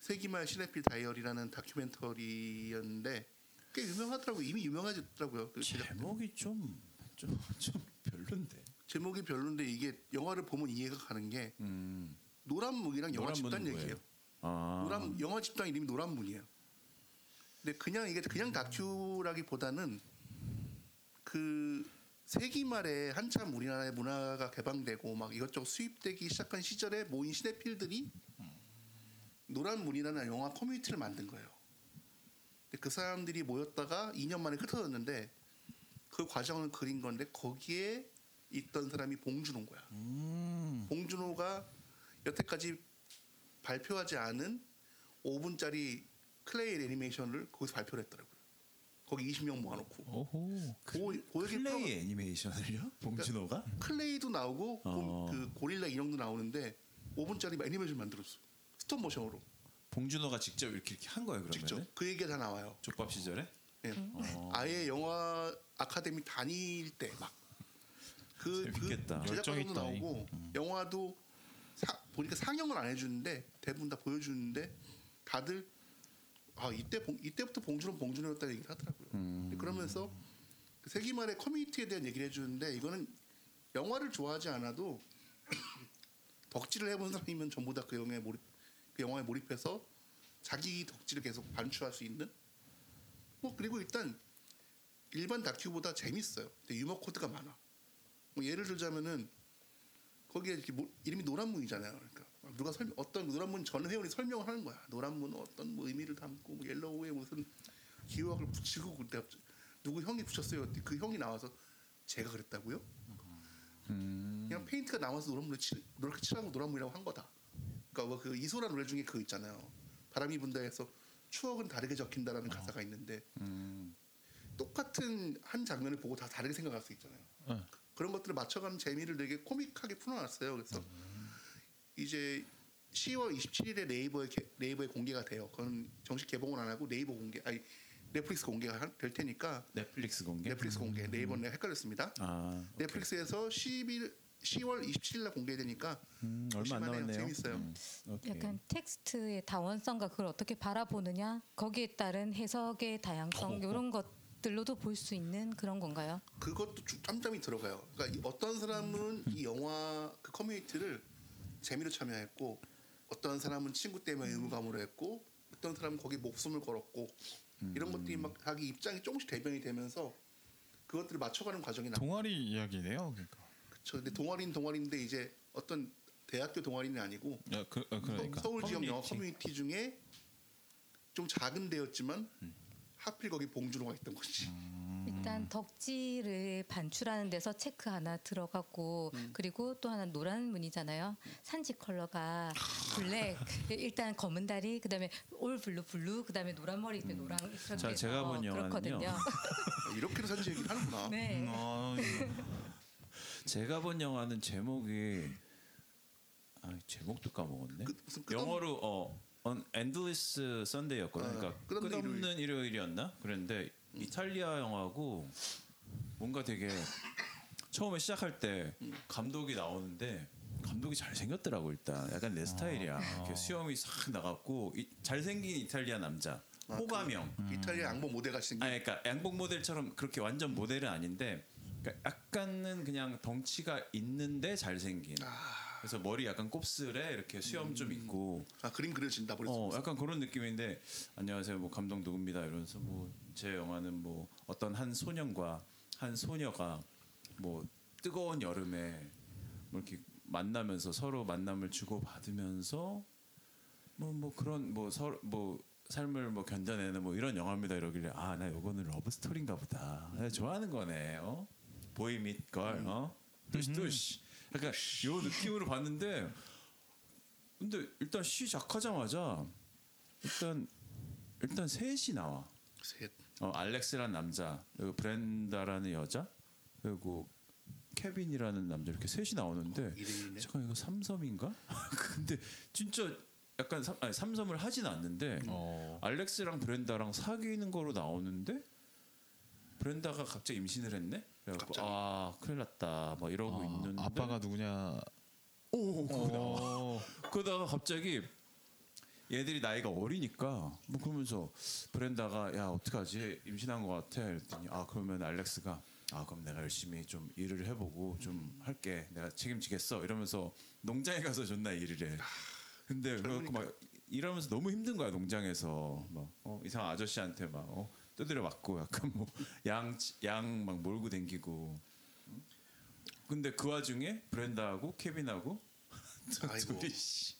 세기말 시네필 다이어리라는 다큐멘터리였는데 꽤 유명하더라고요. 이미 유명하셨더라고요. 그 제작-
제목이 좀 좀, 좀 별론데.
제목이 별론데 이게 영화를 보면 이해가 가는 게
음.
노란 문이랑 영화
노란 문은
집단
뭐예요?
얘기예요.
아.
노란 영화 집단 이름이 노란문이에요. 근데 그냥 이게 그냥 다큐라기보다는 그 세기 말에 한참 우리나라의 문화가 개방되고 막 이것저것 수입되기 시작한 시절에 모인 시네필들이 노란문이라는 영화 커뮤니티를 만든 거예요. 근데 그 사람들이 모였다가 2년 만에 흩어졌는데 그 과정을 그린 건데 거기에 있던 사람이 봉준호인 거야. 봉준호가 여태까지 발표하지 않은 5분짜리 클레이 애니메이션을 거기서 발표를 했더라고요. 거기 20명 모아놓고
어,
오호.
그
고, 고액의 그러니까
플레이 애니메이션을요? 봉준호가?
프로- 클레이도 나오고 고,
어.
그 고릴라 인형도 나오는데 5분짜리 애니메이션 만들었어. 스톱모션으로
봉준호가 직접 이렇게, 이렇게 한 거예요, 그러면?
직접 그 얘기가 다 나와요.
족밥 시절에?
예.
어.
아예 영화 아카데미 다닐 때 막 그
재밌겠다.
제작방도
열정이 있다, 음. 이.
나오고 영화도 사- 보니까 상영을 안 해주는데 대부분 다 보여주는데 다들 아 이때 봉- 이때부터 봉준호 봉준호였다는 얘기를 하더라고요.
음.
근데 그러면서 그 세기말의 커뮤니티에 대한 얘기를 해주는데 이거는 영화를 좋아하지 않아도 덕질을 해본 사람이면 전부 다 그 영화에 몰입 그 영화에 몰입해서 자기 덕질을 계속 반추할 수 있는 뭐 그리고 일단 일반 다큐보다 재밌어요. 근데 유머 코드가 많아. 뭐 예를 들자면은 거기에 이렇게 뭐- 이름이 노란문이잖아요. 그러니까 막 누가 설명 어떤 노란문 전 회원이 설명을 하는 거야. 노란문은 어떤 뭐 의미를 담고 뭐 옐로우에 무슨 기호학을 붙이고 그때 갑자기 누구 형이 붙였어요. 그랬더니 그 형이 나와서 제가 그랬다고요? 그냥 페인트가 나와서 노란문을 치, 노랗게 칠하고 노란문이라고 한 거다. 그러니까 뭐그 이소라 노래 중에 그거 있잖아요. 바람이 분다에서 추억은 다르게 적힌다라는 가사가 있는데 똑같은 한 장면을 보고 다 다르게 생각할 수 있잖아요.
네.
응.
그런 것들을 맞춰가는 재미를 되게 코믹하게 풀어놨어요. 그래서
음.
이제 10월 27일에 네이버에 개- 네이버에 공개가 돼요. 그건 정식 개봉은 안 하고 네이버 공개 아니 넷플릭스 공개가 할- 될 테니까
넷플릭스 공개? 음.
넷플릭스 공개 네이버 는 헷갈렸습니다.
아,
넷플릭스에서 10일 10월 27일날 공개되니까
음, 얼마 안
보실만해요.
남았네요.
재밌어요.
음, 오케이.
약간 텍스트의 다원성과 그걸 어떻게 바라보느냐 거기에 따른 해석의 다양성 이런 것들로도 볼 수 있는 그런 건가요?
그것도 쭉 짬짬이 들어가요. 그러니까 이- 어떤 사람은 이 영화 그 커뮤니티를 재미로 참여했고 어떤 사람은 친구 때문에 의무감으로 했고 어떤 사람은 거기 목숨을 걸었고 이런
음.
것들이 막 자기 입장이 조금씩 대변이 되면서 그것들을 맞춰가는 과정이 나.
동아리 이야기네요. 그러니까.
그쵸. 근데 동아리는 동아리인데 이제 어떤 대학교 동아리는 아니고
야, 그, 아, 그러니까.
서- 서울 지역 영화
커뮤니티.
커뮤니티 중에
음.
좀 작은 데였지만 하필 거기 봉준호가 있던 거지.
음.
일단 덕질을 반출하는 데서 체크 하나 들어갔고
음.
그리고 또 하나 노란 무늬잖아요. 산지 컬러가 블랙,
아.
일단 검은 다리, 그다음에 올 블루 블루, 그다음에 노란 머리, 그다음에 노랑 이렇게
자, 제가
해서
본 영화는요. 음, 어.
그렇거든요.
이렇게도 산지 얘기를 하는구나.
네.
아,
뭐. 제가 본 영화는 제목이 아 제목도 까먹었네.
끝- 무슨 끝없-
영어로 어 On Endless Sunday였거든. 그러니까
아, 끝없는 음.
끝없는 일요일. 이었나 그랬는데 이탈리아 영화고 뭔가 되게 처음에 시작할 때 감독이 나오는데 감독이 잘 생겼더라고 일단 약간 내 스타일이야.
아.
이렇게 수염이 싹 나갔고 이- 잘생긴 이탈리아 남자
아,
호감형.
음.
이탈리아 양복 모델 같이 생긴.
아니 그러니까 양복 모델처럼 그렇게 완전 모델은 아닌데 그러니까 약간은 그냥 덩치가 있는데 잘생긴. 그래서 머리 약간 곱슬에 이렇게 수염 좀 있고
아 그림 그려진다 버렸어.
어 약간 그런 느낌인데 안녕하세요 뭐 감독 누굽니다 이러면서 뭐 제 영화는 뭐 어떤 한 소년과 한 소녀가 뭐 뜨거운 여름에 뭐 이렇게 만나면서 서로 만남을 주고 받으면서 뭐 뭐 그런 뭐 서로 뭐 삶을 뭐 견뎌내는 뭐 이런 영화입니다 이러길래 아 나 요거는 러브 스토리인가 보다 나 좋아하는 거네 어 보이 밋걸 어
음.
뚜시뚜시 약간 요 느낌으로 봤는데 근데 일단 시작하자마자 일단 일단 셋이 나와
셋.
어, 알렉스라는 남자 그리고 브렌다라는 여자 그리고 케빈이라는 남자 이렇게 셋이 나오는데
이름이네.
잠깐 이거 삼섬인가? 근데 진짜 약간 삼, 아니, 삼섬을 하진 않는데
어.
알렉스랑 브렌다랑 사귀는 거로 나오는데 브렌다가 갑자기 임신을 했네. 그래갖고
갑자기.
아 큰일 났다. 막 이러고 있는데
아, 아빠가 누구냐?
오 그거 나와.
어,
그러다가 갑자기 얘들이 나이가 어리니까 뭐 그러면서 브렌다가 야 어떡하지 임신한 것 같아 이랬더니 아 그러면 알렉스가 아 그럼 내가 열심히 좀 일을 해보고 좀 할게 내가 책임지겠어 이러면서 농장에 가서 존나 일을 해 근데 그래갖고 막 일하면서 너무 힘든 거야 농장에서 막 어, 이상한 아저씨한테 막 어, 두드려 맞고 약간 뭐 뭐양양 막 몰고 댕기고 근데 그 와중에 브렌다하고 케빈하고 저
아이고.
둘이 씨.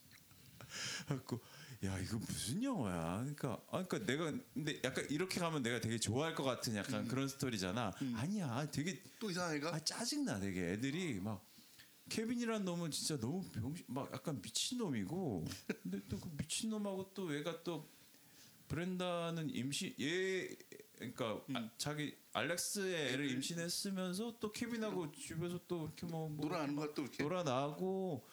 갖고 야 이거 무슨 영화야? 그러니까 아 그러니까 내가 근데 약간 이렇게 가면 내가 되게 좋아할 것 같은
음.
약간 그런 스토리잖아. 아니야, 되게
또 이상한 애가
아 짜증나 되게 애들이 막 케빈이란 놈은 진짜 너무 병신 막 약간 미친 놈이고 근데 또 그 미친 놈하고 또 얘가 또 브렌다는 임신 얘 그러니까
음.
아, 자기 알렉스의 애를 임신했으면서 또 케빈하고 집에서 또 이렇게 뭐, 뭐
놀아나는 거야 또 이렇게.
놀아나고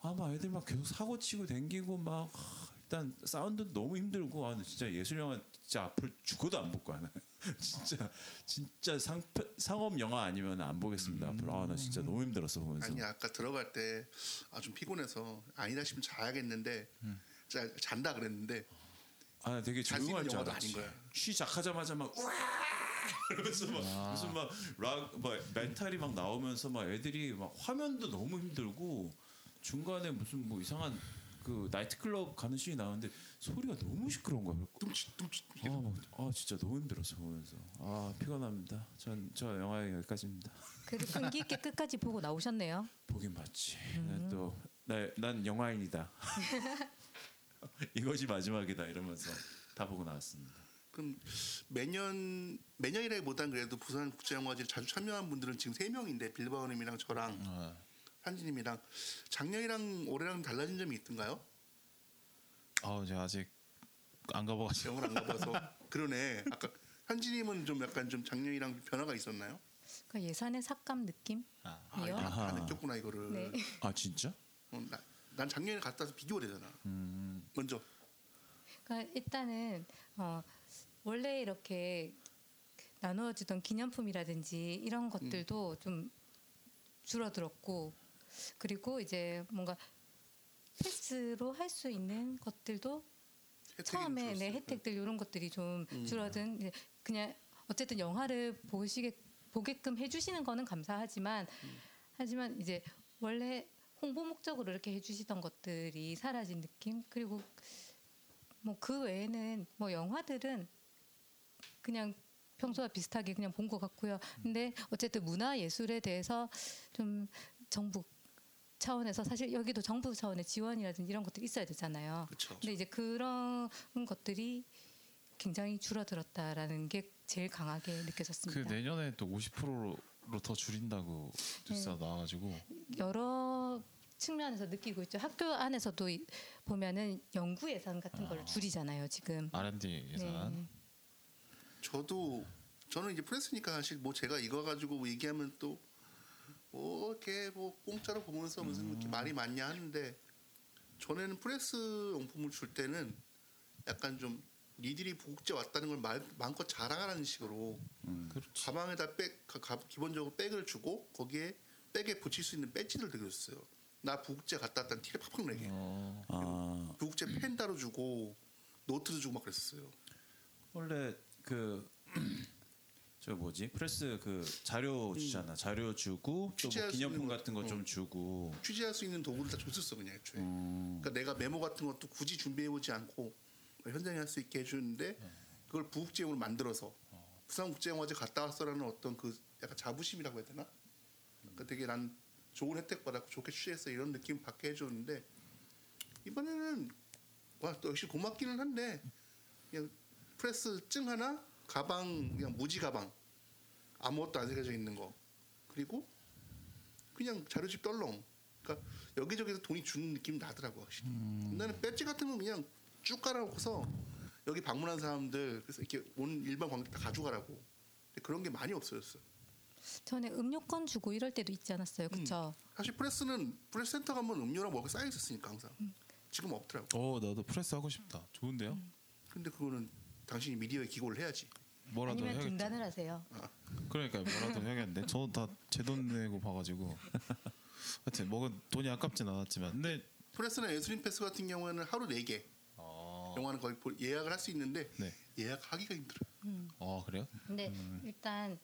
아마 애들 막 계속 사고 치고 댕기고 막 하, 일단 사운드 너무 힘들고 아 근데 진짜 예술 영화 진짜 앞을 죽어도 안 볼 거야 나 진짜 진짜 상 상업 영화 아니면 안 보겠습니다 앞으로 아나 진짜 너무 힘들었어 보면서
아니 아까 들어갈 때 아 좀 피곤해서 아니다 싶으면 자야겠는데
음.
자, 잔다 그랬는데
아 나 되게
잘
조용할
쓰는
줄
영화도
알았지
아닌 거야.
시작하자마자 막 우와 이러면서 막 무슨 막락막 멘탈이 막 나오면서 막 애들이 막 화면도 너무 힘들고 중간에 무슨 뭐 이상한 그 나이트클럽 가는 씬이 나오는데 소리가 너무 시끄러운 거야.
뚱치 뚱치
아, 막, 아 진짜 너무 힘들었어 보면서 아 피곤합니다. 전 저 영화 여기까지입니다.
그래도 끈기 있게 끝까지 보고 나오셨네요.
보긴 봤지. 네, 또난 영화인이다. 이것이 마지막이다 이러면서 다 보고 나왔습니다.
그럼 매년 매년이라기보단 그래도 부산 국제영화제 자주 참여한 분들은 지금 세 명인데 빌바오님이랑 저랑
네.
한진님이랑 작년이랑 올해랑 달라진 점이 있던가요?
아, 제가 아직 안 가봐가지고.
영화를 안 가봐서 그러네. 아까 한진님은 좀 약간 좀 작년이랑 변화가 있었나요?
그 예산의 삭감 느낌이요.
아, 이거 다 느꼈구나 이거를.
네.
아 진짜?
어, 나, 난 작년에 갔다 와서 비교가 되잖아. 먼저
그러니까 일단은 어, 원래 이렇게 나누어주던 기념품이라든지 이런 것들도 좀 줄어들었고 그리고 이제 뭔가 패스로 할 수 있는 것들도
혜택이 좀
처음에
줄었어요. 음, 네.
내 혜택들 이런 것들이 좀 줄어든 이제 그냥 어쨌든 영화를 보시게 보게끔 해주시는 거는 감사하지만
음.
하지만 이제 원래 홍보 목적으로 이렇게 해주시던 것들이 사라진 느낌 그리고 뭐 그 외에는 뭐 영화들은 그냥 평소와 비슷하게 그냥 본 것 같고요.
음.
근데 어쨌든 문화 예술에 대해서 좀 정부 차원에서 사실 여기도 정부 차원의 지원이라든지 이런 것들이 있어야 되잖아요.
그쵸.
근데 이제 그런 것들이 굉장히 줄어들었다라는 게 제일 강하게
그
느껴졌습니다.
내년에 또 50%로 더 줄인다고 뉴스가
네.
나와가지고
여러 측면에서 느끼고 있죠. 학교 안에서도 이- 보면은 연구 예산 같은 걸 줄이잖아요, 지금.
R&D 예산
네.
저도 저는 이제 프레스니까 사실 뭐 제가 이거 가지고 뭐 얘기하면 또 뭐, 이렇게 뭐 공짜로 보면서 무슨 이렇게 말이 많냐 하는데 전에는 프레스 용품을 줄 때는 약간 좀 니들이 복제 왔다는 걸 말, 마음껏 자랑하라는 식으로 가방에다 백 가- 가- 기본적으로 백을 주고 거기에 백에 붙일 수 있는 배지를 드렸어요. 나 부국제 갔다 왔다는 티를 팍팍 내게.
아
그 부국제 펜 따로 주고 노트도 주고 막 그랬어요.
원래 그 저 뭐지 프레스 그 자료 주잖아 자료 주고 또 뭐
음. 취재할 수
기념품
있는 거. 어.
같은 거 좀 주고
취재할 수 있는 도구를 다 줬었어 그냥 애초에. 그러니까 내가 메모 같은 것도 굳이 준비해 오지 않고 현장에 할 수 있게 해주는데 그걸 부국제용으로 만들어서 부산국제영화제 갔다 왔어라는 어떤 그 약간 자부심이라고 해야 되나? 그러니까 되게 난 좋은 혜택 받았고 좋게 취재했어 이런 느낌 받게 해줬는데 이번에는 와또 역시 고맙기는 한데 그냥 프레스 증 하나 가방 그냥 무지 가방 아무것도 안 새겨져 있는 거 그리고 그냥 자료집 떨렁. 그러니까 여기저기서 돈이 주는 느낌이 나더라고 확실히. 옛날에 배지 같은 건 그냥 쭉 깔아놓고서 여기 방문한 사람들 그래서 이렇게 온 일반 관객 다 가져가라고. 근데 그런 게 많이 없어졌어. 요
전에 음료권 주고 이럴 때도 있지 않았어요, 그렇죠?
음.
사실 프레스는 프레스 센터 가면 음료랑 먹을 쌓여 있었으니까 항상. 지금 없더라고.
어 나도 프레스 하고 싶다 좋은데요
음.
근데 그거는 당신이 미디어에 기고를 해야지.
뭐라도
아니면
해야겠다
등단을 하세요.
그러니까 뭐라도 해야겠는데 저도 다 제 돈 내고 봐가지고 하여튼 먹은 돈이 아깝진 않았지만 근데
프레스나 예술인 패스 같은 경우에는 하루 4개
아,
영화는 거의 볼- 예약을 할 수 있는데
네.
예약하기가 힘들어.
아 그래요?
근데 일단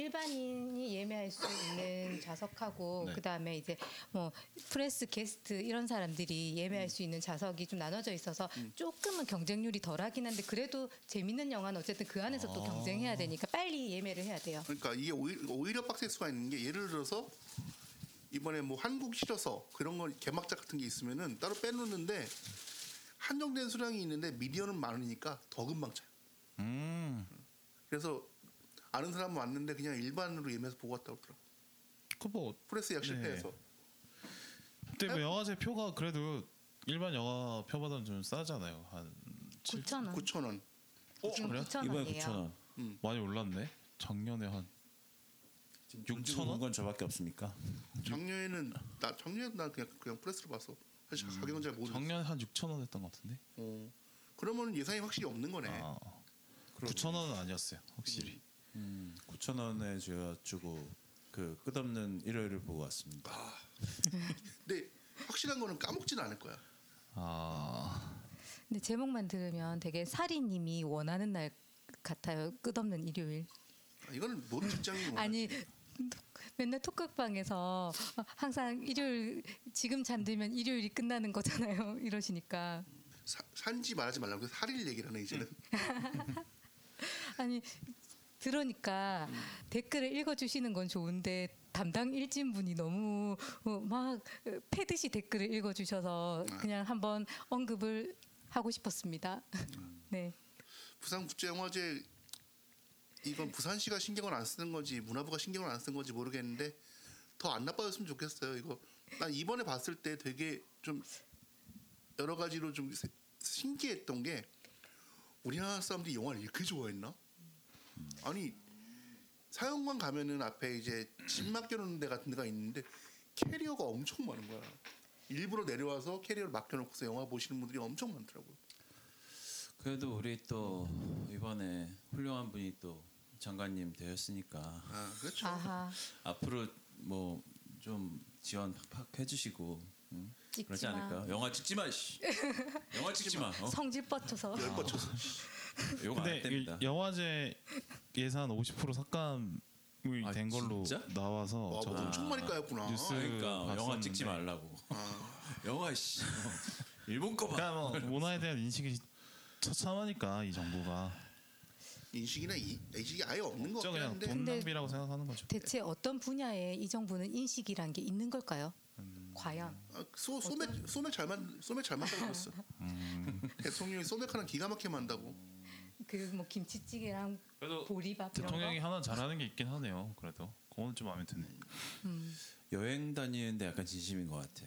일반인이 예매할 수 있는 좌석하고
네.
그다음에 이제 뭐 프레스 게스트 이런 사람들이 예매할 수 있는 좌석이 좀 나눠져 있어서 조금은 경쟁률이 덜하긴 한데 그래도 재밌는 영화는 어쨌든 그 안에서 또 경쟁해야 되니까 빨리 예매를 해야 돼요.
그러니까 이게 오히려, 오히려 빡셀 수가 있는 게 예를 들어서 이번에 뭐 한국 실어서 그런 거 개막작 같은 게 있으면은 따로 빼놓는데 한정된 수량이 있는데 미디어는 많으니까 더 금방 차요.
음
그래서 아는 사람 왔는데 그냥 일반으로 예매해서 보고 왔다 오더라고.
그뭐
프레스 약
네.
실패해서
그때
아.
뭐 영화제 표가 그래도 일반 영화 표보다는 좀 싸잖아요 한
9천 원.
9천 원.
지금
그래요?
9천
이번에
원이에요.
9천 원
많이 올랐네 작년에 한 6천 원?
건 저밖에 없습니까?
작년에는 나 작년에 나 그냥 그냥 프레스로 봐서 사실 가격은 잘 모르.
작년에 한 6천 원 했던 것 같은데
어. 그러면 예산이 확실히 없는 거네.
아 9천 원은 아니었어요 확실히
음.
9천 원에 제가 주고 그 끝없는 일요일을 보고 왔습니다.
근데 확실한 거는 까먹진 않을 거야.
아
근데 제목만 들으면 되게 사리님이 원하는 날 같아요. 끝없는 일요일.
아, 이거는 모든 직장인
아니 맨날 톡극방에서 항상 일요일 지금 잠들면 일요일이 끝나는 거잖아요. 이러시니까
사- 산지 말하지 말라고 해서 살일 얘기라네 이제는.
아니 들으니까 댓글을 읽어주시는 건 좋은데 담당 일진 분이 너무 어, 막 어, 패듯이 댓글을 읽어주셔서 그냥 한번 언급을 하고 싶었습니다. 네.
부산 국제영화제 이건 부산시가 신경을 안 쓰는 건지 문화부가 신경을 안 쓴 건지 모르겠는데 더 안 나빠졌으면 좋겠어요. 이거 난 이번에 봤을 때 되게 좀 여러 가지로 좀 세- 신기했던 게 우리나라 사람들이 영화를 이렇게 좋아했나? 아니 사형관 가면은 앞에 이제 집 맡겨놓는 데 같은 데가 있는데 캐리어가 엄청 많은 거야. 일부러 내려와서 캐리어를 맡겨놓고서 영화 보시는 분들이 엄청 많더라고요.
그래도 우리 또 이번에 훌륭한 분이 또 장관님 되셨으니까
아 그렇죠.
아하.
앞으로 뭐 좀 지원 팍팍 해주시고 응?
찍지
그러지
마.
않을까? 영화 찍지 마. 씨. 영화 찍지 마. 어?
성질 뻗쳐서
열 뻗쳐서.
욕안
근데 이
됩니다.
영화제 예산 50% 삭감이
아,
된 걸로
진짜?
나와서
와, 뭐
저도
엄청 많이 까였구나.
아, 뉴스
그러니까 영화
음, 봤었는데. 아.
찍지 말라고. 영화 씨. 어, 일본 거 봐.
그러니까 뭐 문화에 대한 인식이 처참하니까 이 정부가
인식이나 이, 인식이 아예 없는 것
진짜
같긴
그냥
한데
돈
근데-
낭비라고 생각하는 거죠.
대체 어떤 분야에 이 정부는 인식이란 게 있는 걸까요?
음.
과연
아, 소, 소맥 소맥 잘 만, 소맥 잘 만다고
음.
그랬어. 대통령이 소맥 하나 기가 막히게 만다고.
그 뭐 김치찌개랑
그래도
보리밥 이런
대통령이
거.
하나 잘하는 게 있긴 하네요. 그래도 그건 좀 마음에 드네.
음.
여행 다니는데 약간 진심인 것 같아.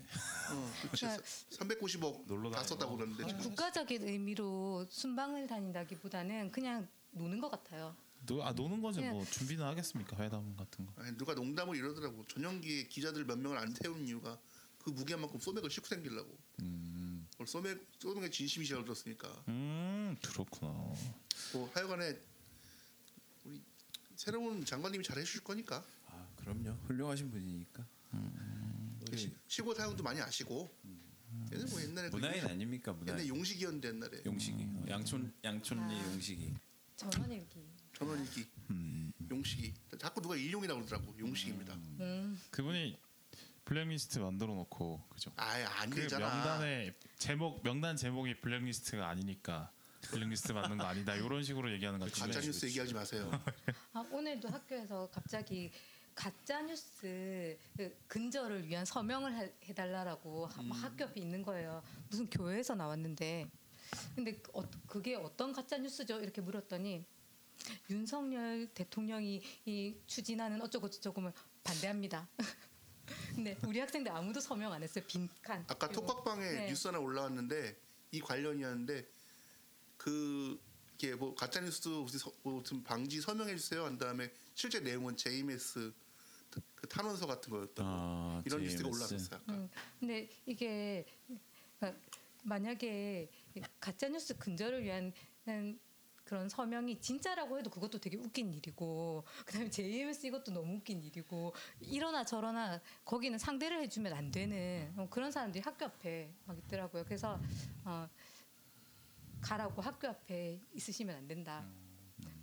어, 그치.
그러니까 아,
390억
놀러
다
다니고.
썼다고 그러는데 지금.
국가적인 의미로 순방을 다닌다기보다는 그냥 노는 것 같아요.
노, 아 노는 거지
그냥-
뭐 준비는 하겠습니까 회담 같은 거.
아니, 누가 농담을 이러더라고. 전용기에 기자들 몇 명을 안 태운 이유가 그 무게만큼 소맥을 싣고 생기려고.
음,
오늘 소맥 소맥의 진심이시라고 들었으니까.
음 그렇구나.
뭐 하여간에 우리 새로운 장관님이 잘 해주실 거니까
아 그럼요. 훌륭하신 분이니까.
음. 예.
시- 시골 사용도 많이 아시고. 얘는 뭐 옛날에 그
문화인
용-
아닙니까
옛날
문화인.
용식이었는데 옛날에
네. 용식이
음.
양촌 양촌리
아.
용식이.
전원일기.
전원일기 용식이 자꾸 누가 일용이라고 그러더라고 용식입니다.
음.
그분이 블랙리스트 만들어 놓고 그죠.
아예 안
그
되잖아.
명단에 제목 명단 제목이 블랙리스트가 아니니까 블랙리스트 맞는 거 아니다 이런 식으로 얘기하는 것
그 가짜
같은데
뉴스 얘기하지 마세요.
아, 오늘도 학교에서 갑자기 가짜 뉴스 그 근절을 위한 서명을 해- 해달라라고 하-
음.
막 학교 앞에 있는 거예요. 무슨 교회에서 나왔는데, 근데 그 어, 그게 어떤 가짜 뉴스죠? 이렇게 물었더니 윤석열 대통령이 이 추진하는 어쩌고 저쩌고면 반대합니다. 근데 우리 학생들 아무도 서명 안 했어요. 빈칸.
아까
그리고-
톡박방에
네.
뉴스 하나 올라왔는데 이 관련이었는데 그 이게 뭐 가짜 뉴스 무슨 서- 뭐 무슨 방지 서명해 주세요 한 다음에 실제 내용은 JMS 그 탄원서 같은 거였다고
아,
이런 뉴스가
JMS.
올라왔어요. 아까.
음, 근데 이게 그러니까 만약에 가짜 뉴스 근절을 위한 그런 서명이 진짜라고 해도 그것도 되게 웃긴 일이고 그다음에 JMS 이것도 너무 웃긴 일이고 이러나 저러나 거기는 상대를 해주면 안 되는 어, 그런 사람들이 학교 앞에 막 있더라고요. 그래서 어, 가라고 학교 앞에 있으시면 안 된다.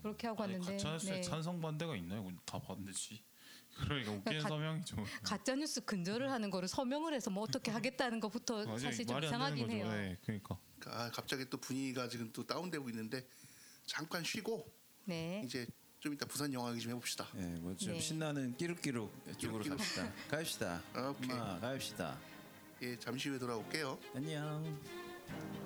그렇게 하고
음, 아니,
왔는데
가짜 뉴스에
네.
찬성 반대가 있나요? 그건 다 반대지. 그러니까 웃기는
가-
서명이죠.
가짜 뉴스 근절을 하는 거를 서명을 해서 뭐 어떻게 하겠다는 것부터
맞아요.
사실 좀
말이 안 되는
이상하긴
거죠.
해요.
네, 그러니까.
아, 갑자기 또 분위기가 지금 또 다운되고 있는데 잠깐 쉬고
네.
이제 좀 이따 부산 영화 얘기 좀 해봅시다.
예, 뭐 좀
네.
신나는 끼룩끼룩 쪽으로
끼룩끼룩.
갑시다. 갑시다.
아, 오케이.
엄마, 갑시다.
예, 잠시 후에 돌아올게요.
안녕.